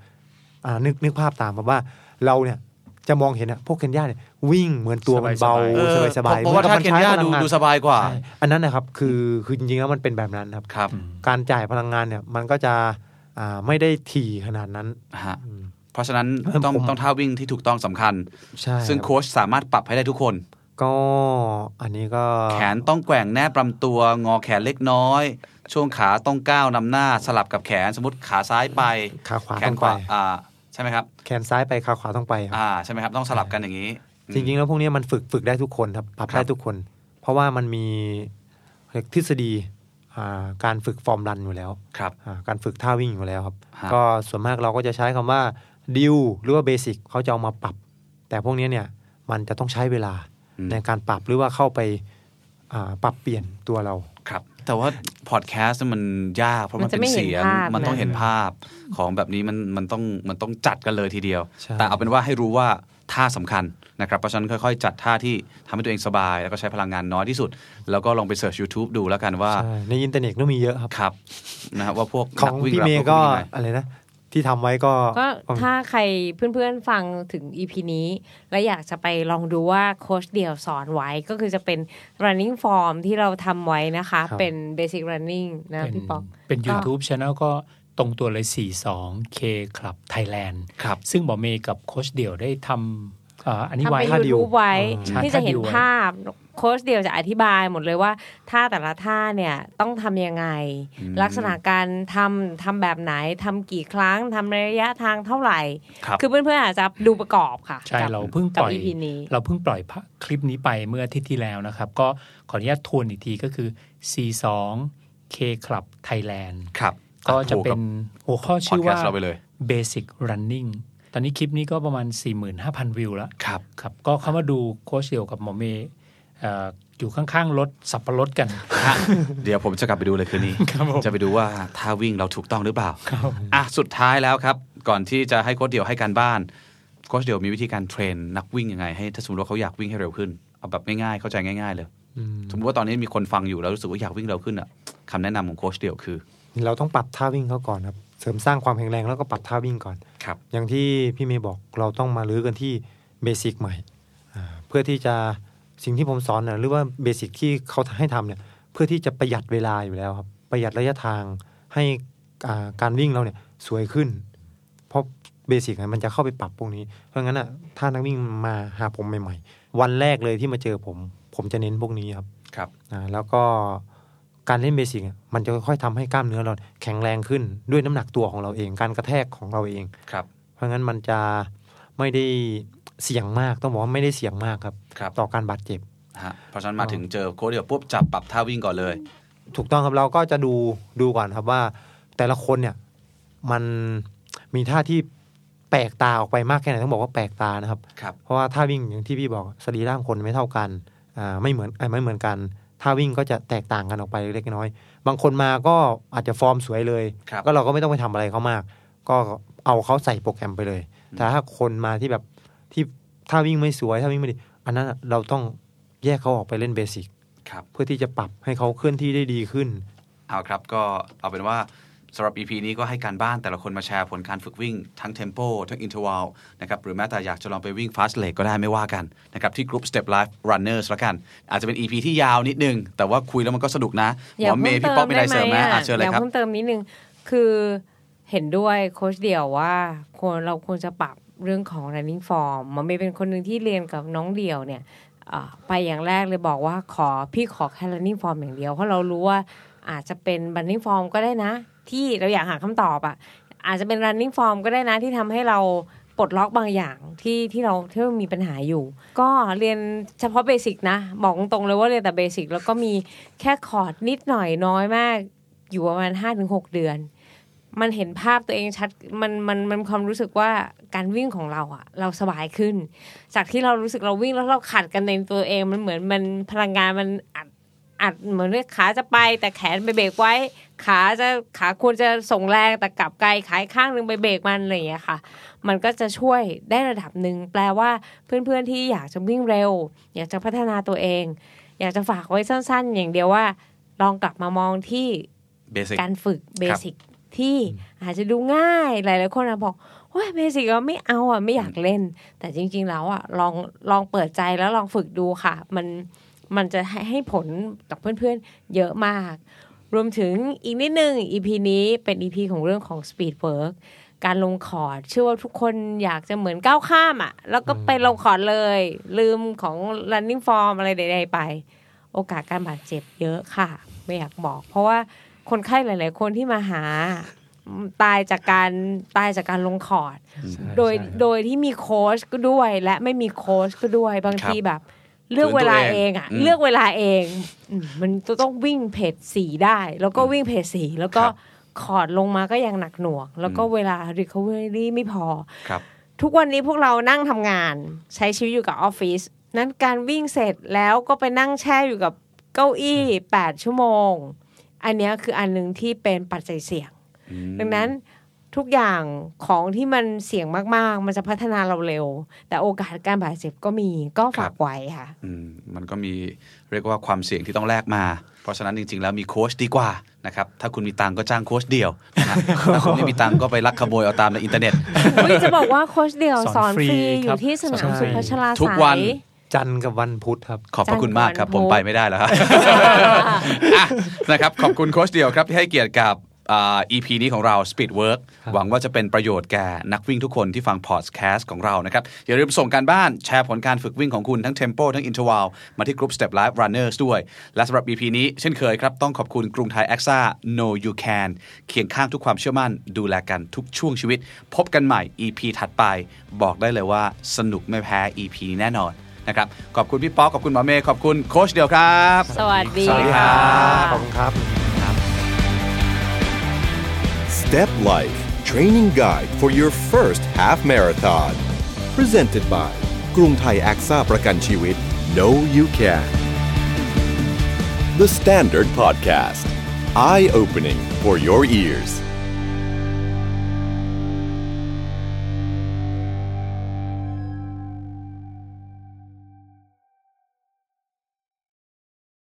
[SPEAKER 4] อ่านึกนึกภาพตามแบบว่าเราเนี่ยจะมองเห็นอะพวกเคนยาเนี่ยวิ่งเหมือนตัวมันเบา
[SPEAKER 5] สบาย
[SPEAKER 2] เออ
[SPEAKER 4] สบายๆ
[SPEAKER 2] เพราะว่าท่าเคนยา
[SPEAKER 4] มัใช้พลั
[SPEAKER 2] ดู
[SPEAKER 4] งง
[SPEAKER 2] ดูสบายกว่า
[SPEAKER 4] ใช่อันนั้นนะครับคือคือจริงๆแล้วมันเป็นแบบนั้นครับ
[SPEAKER 2] ครับ
[SPEAKER 4] การจ่ายพลังงานเนี่ยมันก็จะอ่าไม่ได้ถี่ขนาดนั้น
[SPEAKER 2] ฮะ
[SPEAKER 4] อืม
[SPEAKER 2] เพราะฉะนั้น
[SPEAKER 4] เพิ่ม
[SPEAKER 2] ต้อง
[SPEAKER 4] ผม
[SPEAKER 2] ต้องท่าวิ่งที่ถูกต้องสำคัญ
[SPEAKER 4] ใช่
[SPEAKER 2] ซึ่ง
[SPEAKER 4] ครับ
[SPEAKER 2] โค้ชสามารถปรับให้ได้ทุกคน
[SPEAKER 4] ก็อันนี้ก็
[SPEAKER 2] แขนต้องแกว่งแนบลำตัว งอแขนเล็กน้อย ช่วงขาต้องก้าวนำหน้าสลับกับแขน สมมติขาซ้ายไป
[SPEAKER 4] ขาขวา
[SPEAKER 2] แขน
[SPEAKER 4] ต้อง
[SPEAKER 2] ข
[SPEAKER 4] ไป
[SPEAKER 2] วาอ่าใช่ไหมครับ
[SPEAKER 4] แขนซ้ายไปขาขวาต้องไปครับ
[SPEAKER 2] อ่าใช่ไหมครับต้องสลับกันอย่างนี้
[SPEAKER 4] จริงๆ แล้วพวกเนี้ยมันฝึกฝึกได้ทุกคนครับปรับได้ทุกคน เพราะว่ามันมีทฤษฎีอ่าการฝึกฟอร์มรันอยู่แล้ว
[SPEAKER 2] ๆครับ
[SPEAKER 4] อ่าการฝึกท่าวิ่งอยู่แล้วครับ
[SPEAKER 2] ฮะ
[SPEAKER 4] ก็ส่วนมากเราก็จะใช้คำว่าดิวหรือว่าเบสิกเขาจะเอามาปรับ แต่พวกเนี้ยเนี่ยมันจะต้องใช้เวลา
[SPEAKER 2] อืม
[SPEAKER 4] ในการปรับหรือว่าเข้าไปอ่าปรับเปลี่ยนตัวเรา
[SPEAKER 2] ครับ แต่ว่าพอดแคสต์มันยากเพราะมัน
[SPEAKER 3] มันจะ
[SPEAKER 2] เป็น
[SPEAKER 3] ไม่เห็น
[SPEAKER 2] เสียง
[SPEAKER 3] ภาพ
[SPEAKER 2] มันต้อง
[SPEAKER 3] นะ
[SPEAKER 2] เห็นภาพของแบบนี้มันมันต้องมันต้องจัดกันเลยทีเดียว
[SPEAKER 4] ใช่
[SPEAKER 2] แต่เอาเป็นว่าให้รู้ว่าท่าสำคัญนะครับเพราะฉะนั้นค่อยๆ จัดท่าที่ทำให้ตัวเองสบาย แล้วก็ใช้พลังงานน้อยที่สุด แล้วก็ลองไปเสิร์ช YouTube ดูแล้วกันว่า
[SPEAKER 4] ใช่ในอินเทอร์เน็ตก็มีเยอะครับ
[SPEAKER 2] ครับนะครับว่าพวก
[SPEAKER 4] ของ
[SPEAKER 2] นัวิ่
[SPEAKER 4] พี่เมย์
[SPEAKER 2] รา
[SPEAKER 4] ก็
[SPEAKER 2] พวนี้ไง
[SPEAKER 4] อะไรนะ ที่ทำไว้ก็
[SPEAKER 3] ก็
[SPEAKER 4] อืม
[SPEAKER 3] ถ้าใครเพื่อนๆฟังถึง EP นี้ และอยากจะไปลองดูว่าโค้ชเดี่ยวสอนไว้ก็คือจะเป็น running form ที่เราทำไว้นะคะ
[SPEAKER 4] ครับ
[SPEAKER 3] เป็น basic running นะ
[SPEAKER 5] เป็น
[SPEAKER 3] พี่ป๊อก
[SPEAKER 5] เป็น
[SPEAKER 3] ก็
[SPEAKER 5] YouTube Channel ก็ตรงตัวเลย 42 K Club Thailand
[SPEAKER 2] ครับ
[SPEAKER 5] ซึ่งหมอเมย์กับโค้ชเดี่ยวได้ทำอ่าอันนี้
[SPEAKER 3] ทำ
[SPEAKER 5] ไว้
[SPEAKER 3] เป็น
[SPEAKER 4] ท่าดิว
[SPEAKER 3] YouTube ไว้
[SPEAKER 5] ใช่
[SPEAKER 3] ที่จะเห็น
[SPEAKER 5] ท่าดิวไว้
[SPEAKER 3] ภาพโค้ชเดียวจะอธิบายหมดเลยว่าท่าแต่ละท่าเนี่ยต้องทำยังไง
[SPEAKER 2] อืม
[SPEAKER 3] ลักษณะการทำทำแบบไหนทำกี่ครั้งทำในระยะทางเท่าไหร่
[SPEAKER 2] ครับ
[SPEAKER 3] คือเพื่อนๆอาจจะดูประกอบค่ะ
[SPEAKER 5] ใช่
[SPEAKER 3] กับ
[SPEAKER 5] เราเพิ่ง
[SPEAKER 3] กั
[SPEAKER 5] ป
[SPEAKER 3] บ
[SPEAKER 5] ล่อย
[SPEAKER 3] EP นี้
[SPEAKER 5] เราเพิ่งปล่อยคลิปนี้ไปเมื่ออาทิตย์ที่แล้วนะครับ ก็ขออนุญาตทวนอีกทีก็คือ C2 K Club Thailand
[SPEAKER 2] ครับ
[SPEAKER 5] ก็จะเป็นหัวข้อ
[SPEAKER 2] พอ
[SPEAKER 5] ชื่
[SPEAKER 2] ด
[SPEAKER 5] อ
[SPEAKER 2] แคส
[SPEAKER 5] ว่า
[SPEAKER 2] ต์เราไปเลย
[SPEAKER 5] Basic Running ตอนนี้คลิปนี้ก็ประมาณ 45,000 วิวแล้ว
[SPEAKER 2] ครับ
[SPEAKER 5] ครับก็เข้ามาดูโค้ชเดี่ยวกับหมอเมย์เอ่ออยู่ข้างๆรถสับปะรดกัน
[SPEAKER 2] เดี๋ยวผมจะกลับไปดูเลยคืนนี้
[SPEAKER 5] ครับผม
[SPEAKER 2] จะไปดูว่าท่าวิ่งเราถูกต้องหรือเปล่าอ่ะสุดท้ายแล้วครับ ก่อนที่จะให้โค้ชเดี่ยวให้การบ้าน โค้ชเดี่ยวมีวิธีการเทรนนักวิ่งยังไง ให้ถ้าสมมติว่าเขาอยากวิ่งให้เร็วขึ้น เอาแบบง่ายๆ เข้าใจง่ายๆเลย
[SPEAKER 4] อืม
[SPEAKER 2] สมมติว่าตอนนี้มีคนฟังอยู่แล้วรู้สึกว่าอยากวิ่งเร็วขึ้นอ่ะคำแนะนำของโค้ชเดี่ยวคือ
[SPEAKER 4] เราต้องปรับท่าวิ่งเขาก่อนครับ เสริมสร้างความแข็งแรงแล้วก็ปรับท่าวิ่งก่อน
[SPEAKER 2] ครับ
[SPEAKER 4] อย่างที่พี่เมย์บอกเราต้องมาลื้อกันที่เบสิกใหม่อ่าเพื่อที่จะสิ่งที่ผมสอนนะหรือว่าเบสิกที่เขาให้ทำเนี่ยเพื่อที่จะประหยัดเวลาอยู่แล้วครับ ประหยัดระยะทางให้อ่าการวิ่งเราเนี่ยสวยขึ้น เพราะเบสิกเนี่ยมันจะเข้าไปปรับพวกนี้ เพราะงั้นอ่ะถ้านักวิ่งมาหาผมใหม่ ๆ วันแรกเลยที่มาเจอผม ผมจะเน้นพวกนี้ครับ
[SPEAKER 2] ครับ
[SPEAKER 4] อ่าแล้วก็การเล่นเบสิกอ่ะมันจะค่อยๆทำให้กล้ามเนื้อเราแข็งแรงขึ้นด้วยน้ำหนักตัวของเราเอง การกระแทกของเราเอง
[SPEAKER 2] ครับ
[SPEAKER 4] เพราะงั้นมันจะไม่ได้ เสี่ยงมากต้องบอกว่าไม่ได้เสี่ยงมากครับ
[SPEAKER 2] ครับ
[SPEAKER 4] ต่อการบาดเจ็บ
[SPEAKER 2] ฮะเพราะฉะนั้นมาถึงเจอโค้ชเดี๋ยวปุ๊บจับปรับท่าวิ่งก่อนเลย
[SPEAKER 4] ถูกต้องครับเราก็จะดูดูก่อนครับว่า แต่ละคนเนี่ยมันมีท่าที่แปลกตาออกไปมากแค่ไหนต้องบอกว่าแปลกตานะครับ
[SPEAKER 2] ครับ
[SPEAKER 4] เพราะว่าท่าวิ่งอย่างที่พี่บอกสรีร่างคนไม่เท่ากันอ่าไม่เหมือนอ่าไม่เหมือนกันท่าวิ่งก็จะแตกต่างกันออกไปเล็กน้อย บางคนมาก็อาจจะฟอร์มสวยเลย
[SPEAKER 2] ครับ
[SPEAKER 4] ก็เราก็ไม่ต้องไปทำอะไรเขามาก ก็เอาเขาใส่โปรแกรมไปเลย แต่ถ้าคนมาที่แบบที่ท่าวิ่งไม่สวยท่าวิ่งไม่ดีอันนั้นอะเราต้องแยกเขาออกไปเล่นเบสิก
[SPEAKER 2] ครับ
[SPEAKER 4] เพื่อที่จะปรับให้เขาเคลื่อนที่ได้ดีขึ้น
[SPEAKER 2] เอาครับก็เอาเป็นว่าสำหรับ EP นี้ก็ให้การบ้านแต่ละคนมาแชร์ผลการฝึกวิ่ง ทั้งเทมโปทั้งอินเทอร์ว l ลนะครับหรือแม้แต่อยากจะลองไปวิ่ง Fast l e g ก็ได้ไม่ว่ากันนะครับที่กลุ่ม Step Life Runners ละกัน อาจจะเป็น EP ที่ยาวนิดนึง แต่ว่าคุยแล้วมันก็สนุกนะห
[SPEAKER 3] อ
[SPEAKER 2] ม
[SPEAKER 3] ยาก
[SPEAKER 2] อเม
[SPEAKER 3] เพิ่
[SPEAKER 2] ย์พี่
[SPEAKER 3] มเติ
[SPEAKER 2] ป๊อป
[SPEAKER 3] ม
[SPEAKER 2] มีอะ
[SPEAKER 3] ได้
[SPEAKER 2] ไร
[SPEAKER 3] ไหม
[SPEAKER 2] เสริมไหม
[SPEAKER 3] อ่ะ
[SPEAKER 2] อ่ะเชิญเล
[SPEAKER 3] อย ยาก
[SPEAKER 2] ครับ
[SPEAKER 3] เพิ่มเติมนิดนึง คือเห็นด้วยโค้ชเดี่ยวว่าควรเราควรจะปรับเรื่องของ running form มันไม่เป็นคนหนึ่งที่เรียนกับน้องเดี่ยวเนี่ยอ่าไปอย่างแรกเลยบอกว่าขอพี่ขอแค่ running form อย่างเดียว เพราะเรารู้ว่าอาจจะเป็น running form ก็ได้นะ ที่เราอยากหาคำตอบอ่ะอาจจะเป็น running form ก็ได้นะที่ทำให้เราปลดล็อกบางอย่างที่ที่เราที่เรามีปัญหาอยู่ ก็เรียนเฉพาะเบสิกนะ บอกตรงๆเลยว่าเรียนแต่เบสิกแล้วก็มีแค่คอร์ดนิดหน่อยน้อยมาก อยู่ประมาณห้าถึงหกเดือน มันเห็นภาพตัวเองชัด มันมันมันความรู้สึกว่าการวิ่งของเราอะเราสบายขึ้น จากที่เรารู้สึกเราวิ่งแล้วเราขัดกันในตัวเองมันเหมือนมันพลังงานมันอัดอัดเหมือนขาจะไป แต่แขนไปเบรกไว้ ขาจะขาควรจะส่งแรงแต่กลับไกลขาอีกข้างหนึ่งไปเบรกมันอะไรอย่างเงี้ยค่ะ มันก็จะช่วยได้ระดับหนึ่งแปลว่าเพื่อนๆที่อยากจะวิ่งเร็ว อยากจะพัฒนาตัวเอง อยากจะฝากไว้สั้นๆ อย่างเดียวว่า ลองกลับมามองที่
[SPEAKER 2] เบสิก
[SPEAKER 3] การฝึกเบสิกที่อาจจะดูง่ายหลายๆคนอะบอกว่าเบสิกเราไม่เอาอ่ะไม่อยากเล่น แต่จริง ๆ แล้วอ่ะลองลองเปิดใจแล้วลองฝึกดูค่ะ มันมันจะให้ให้ผลกับเพื่อนๆเยอะมาก รวมถึงอีกนิดนึง EP นี้เป็น EP ของเรื่องของ Speed Work การลงคอร์ดเชื่อว่าทุกคนอยากจะเหมือนก้าวข้ามอ่ะ แล้วก็ไปลงคอร์ดเลย ลืมของ running form อะไรใดๆไป โอกาสการบาดเจ็บเยอะค่ะ ไม่อยากบอก เพราะว่าคนไข้หลาย ๆ คนที่มาหาอืมตายจากการตายจากการลงคอร์ด โดยโดยที่มีโค้ชก็ด้วยและไม่มีโค้ชก็ด้วยบางทีแบบ เลือกเวลาเองอ่ะ
[SPEAKER 2] ฝืนตัวเอง
[SPEAKER 3] เลือกเวลาเองอืมมันต้องวิ่งเพจสีได้ แล้วก็วิ่งเพจสีแล้วก็
[SPEAKER 2] ครับ
[SPEAKER 3] คอร์ดลงมาก็ยังหนักหน่วง แล้วก็เวลา recovery ไม่พอ
[SPEAKER 2] ครับ
[SPEAKER 3] ทุกวันนี้พวกเรานั่งทำงานใช้ชีวิตอยู่กับออฟฟิศนั้นการวิ่งเสร็จแล้วก็ไปนั่งแช่อยู่กับเก้าอี้ 8 ชั่วโมง อันเนี้ยคืออันหนึ่งที่เป็นปัจจัยเสี่ยง ดังนั้นทุกอย่างของที่มันเสี่ยงมาก ๆ มันจะพัฒนาเราเร็ว แต่โอกาสการบาดเจ็บก็มีก็ฝากไว้ค่ะ
[SPEAKER 2] อืมมันก็มีเรียกว่าความเสี่ยงที่ต้องแลกมา เพราะฉะนั้นจริง ๆ แล้วมีโค้ชดีกว่านะครับ ถ้าคุณมีตังก็จ้างโค้ชเดียวนะฮะถ้าคุณไม่มีตังก็ไปลักขโมยเอาตามในอินเทอร์เน็ต
[SPEAKER 3] อุ๊ยจะบอกว่าโค้ชเดี่ยวส
[SPEAKER 5] ส
[SPEAKER 3] อ
[SPEAKER 5] อน น
[SPEAKER 3] ฟ
[SPEAKER 5] ฟรี
[SPEAKER 3] รีอ
[SPEAKER 5] ครั
[SPEAKER 3] ยู่
[SPEAKER 5] บ
[SPEAKER 3] ที่สนาม
[SPEAKER 4] สอนฟ
[SPEAKER 3] สุ
[SPEAKER 4] รี
[SPEAKER 3] พัชรา
[SPEAKER 2] ทุก
[SPEAKER 3] สา
[SPEAKER 2] วัน
[SPEAKER 3] ย
[SPEAKER 4] จันทร์กับวันพุธครับ
[SPEAKER 2] ขอบพระคุณมากครับ
[SPEAKER 3] จันท
[SPEAKER 2] ผ
[SPEAKER 3] ร์ก่อน
[SPEAKER 2] มไปไม่ได้แล้วฮะ อ่ะนะครับ ขอบคุณโค้ชเดียวครับ ที่ให้เกียรติกับอ่า EP นี้ของเรา Speed Work
[SPEAKER 4] ครับ
[SPEAKER 2] หวังว่าจะเป็นประโยชน์แก่นักวิ่งทุกคนที่ฟังพอดแคสต์ของเรานะครับ อย่าลืมส่งการบ้านแชร์ผลการฝึกวิ่งของคุณทั้ง Tempo ทั้ง Interval มาที่ Group Step Live Runners ด้วย และสำหรับ EP นี้เช่นเคยครับ ต้องขอบคุณกรุงไทยแอคซ่า No You Can เคียงข้างทุกความเชื่อมั่น ดูแลกันทุกช่วงชีวิต พบกันใหม่ EP ถัดไป บอกได้เลยว่าสนุกไม่แพ้ EP นี้แน่นอนนะครับขอบคุณพี่ป๊อกขอบคุณหมอเมย์ขอบคุณโค้ชเดียวครับ
[SPEAKER 3] สวัสดี
[SPEAKER 2] สวัสดีครั
[SPEAKER 3] ค่ะ
[SPEAKER 4] ขอบคุณครับ
[SPEAKER 1] Step Life Training Guide for your first half marathon. Presented by กรุงไทย AXA ประกันชีวิต No You Can The Standard Podcast Eye Opening for Your Ears